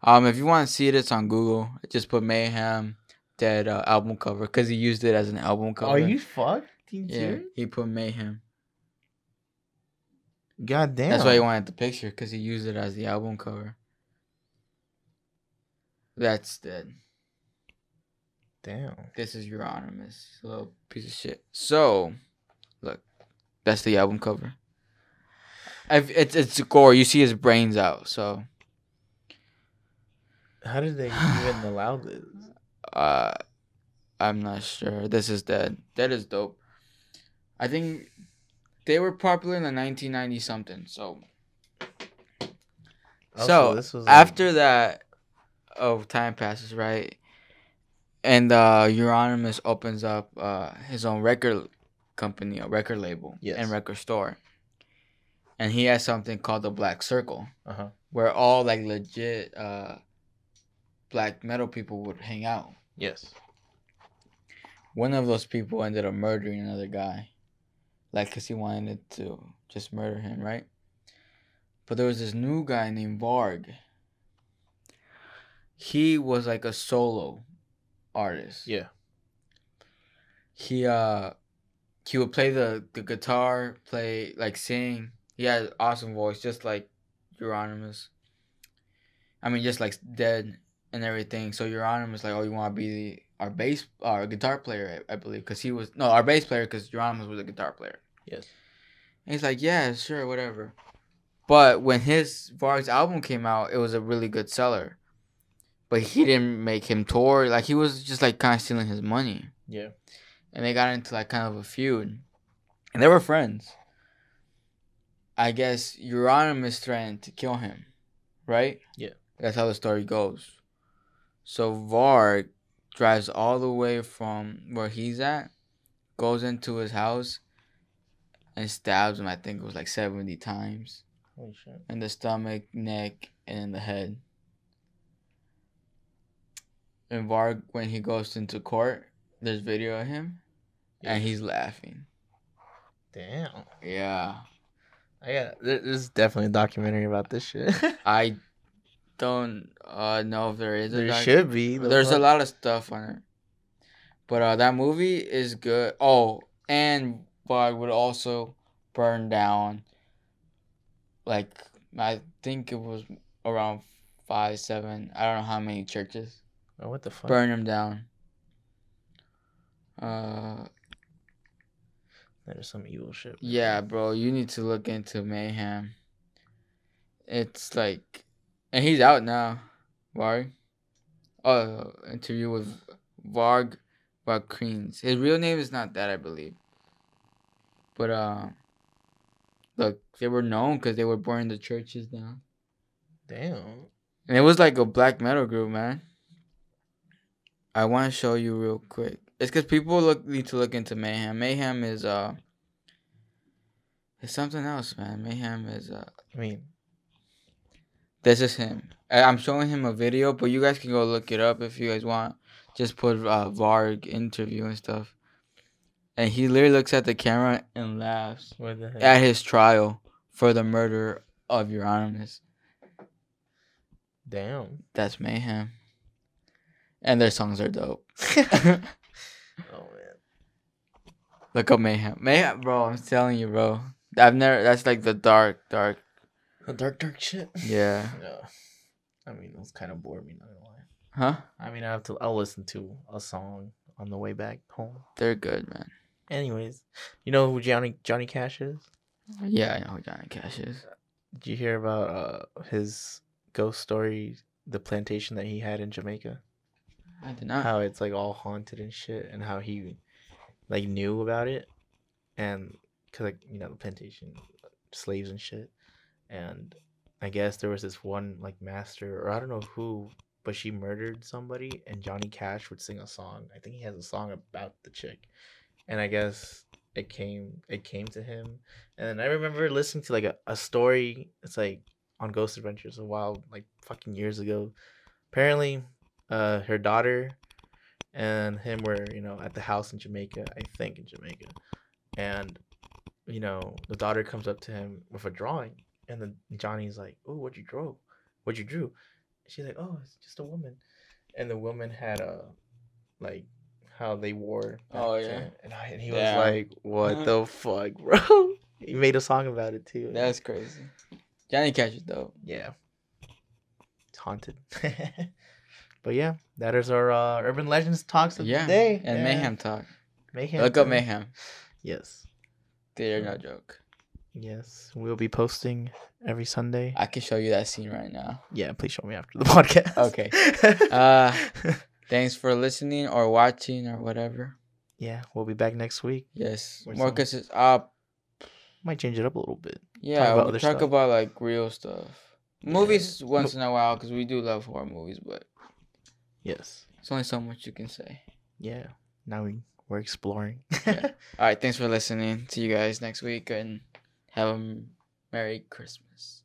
S1: Um, if you want to see it, it's on Google. Just put Mayhem Dead uh, album cover because he used it as an album cover.
S2: Are you fucked?
S1: Yeah, he put Mayhem.
S2: God damn.
S1: That's why he wanted the picture because he used it as the album cover. That's dead.
S2: Damn.
S1: This is Euronymous, little piece of shit. So, look, that's the album cover. I've, it's it's gore. You see his brains out. So,
S2: How did they even allow this?
S1: uh, I'm not sure. This is dead. That is dope. I think they were popular in the 1990 something. So, so
S2: was like-
S1: after that oh time passes right and uh euronymous opens up uh his own record company a record label
S2: Yes.
S1: and record store and he has something called the black circle
S2: Uh-huh.
S1: where all like legit uh black metal people would hang out
S2: Yes.
S1: one of those people ended up murdering another guy like because he wanted to just murder him right but there was this new guy named varg he was like a solo artist
S2: Yeah.
S1: he uh he would play the, the guitar play like sing he had an awesome voice just like euronymous i mean just like dead and everything so euronymous like oh you want to be the, our bass our guitar player i, I believe because he was no our bass player because euronymous was a guitar player
S2: Yes.
S1: and he's like yeah sure whatever but when his varg's album came out it was a really good seller but he didn't make him tour like he was just like kind of stealing his money
S2: Yeah.
S1: and they got into like kind of a feud, and they were friends. I guess Euronymous threatened to kill him, right?
S2: Yeah.
S1: That's how the story goes. So Varg drives all the way from where he's at, goes into his house, and stabs him. I think it was like seventy times
S2: Holy shit.
S1: in the stomach, neck, and in the head. And Varg, when he goes into court, there's video of him, and he's laughing.
S2: Damn.
S1: Yeah,
S2: I got there- there's definitely a documentary about this shit.
S1: I don't uh, know if there is. A
S2: there
S1: doc-
S2: should be. the
S1: There's a
S2: fuck-
S1: lot of stuff on it, but uh, that movie is good. Oh, and Varg would also burn down, like I think it was around five, seven. I don't know how many churches.
S2: Oh, what the fuck?
S1: burn him down. Uh,
S2: There's some evil shit.
S1: yeah, bro, you need to look into mayhem. It's like, and he's out now, Varg. Oh, interview with Varg Vakreens. His real name is not that, I believe. But uh, look, they were known because they were burning the churches down,
S2: Damn.
S1: and it was like a black metal group, man. I want to show you real quick. It's because people look need to look into mayhem. Mayhem is uh, it's something else, man. Mayhem is uh,
S2: I mean,
S1: this is him. I- I'm showing him a video, but you guys can go look it up if you guys want. Just put uh, Varg interview and stuff, and he literally looks at the camera and laughs
S2: what the heck?
S1: at his trial for the murder of Euronymous.
S2: Damn.
S1: That's mayhem, and their songs are dope.
S2: Oh man.
S1: Look up Mayhem. Mayhem, bro. I'm telling you, bro. I've never. That's like the dark, dark.
S2: The dark, dark shit.
S1: Yeah.
S2: Yeah. I mean, it's kind of bored me. Not gonna lie.
S1: Huh?
S2: I mean, I have to. I'll listen to a song on the way back home.
S1: They're good, man.
S2: Anyways, you know who Johnny Johnny Cash is?
S1: Yeah, I know who Johnny Cash is.
S2: Did you hear about uh, his ghost story, the plantation that he had in Jamaica?
S1: I did not.
S2: How it's like all haunted and shit, and how he like knew about it, and cause like you know the plantation, slaves and shit, and I guess there was this one like master or I don't know who, but she murdered somebody, and Johnny Cash would sing a song. I think he has a song about the chick, and I guess it came it came to him and then i remember listening to like a, a story it's like on ghost adventures a while like fucking years ago apparently uh her daughter and him were you know at the house in jamaica i think in jamaica and you know the daughter comes up to him with a drawing and then johnny's like oh what you draw what you drew she's like, "Oh, it's just a woman," and the woman had a like how they wore. back
S1: Oh,
S2: then.
S1: yeah.
S2: and, I, and he was
S1: Yeah.
S2: like, "What the fuck, bro?" He made a song about it too.
S1: That's crazy. Johnny Cash is dope.
S2: yeah, it's haunted. but yeah, that is our uh, urban legends talks of
S1: Yeah.
S2: the day
S1: And
S2: Yeah.
S1: Mayhem Talk.
S2: Mayhem.
S1: Look up
S2: too.
S1: Mayhem.
S2: Yes.
S1: They're no joke.
S2: Yes, we'll be posting every Sunday.
S1: I can show you that scene right now.
S2: Yeah, please show me after the podcast.
S1: Okay. Uh, Thanks for listening or watching or whatever.
S2: yeah, we'll be back next week.
S1: Yes.
S2: Or
S1: Marcus is up.
S2: Might change it up a little bit.
S1: Yeah,
S2: about
S1: we
S2: other
S1: talk
S2: stuff.
S1: about like real stuff. Movies once in a while because we do love horror movies, but
S2: Yes.
S1: it's only so much you can say.
S2: Yeah. Now we we're exploring.
S1: Yeah. All right. Thanks for listening. See you guys next week and have a merry Christmas.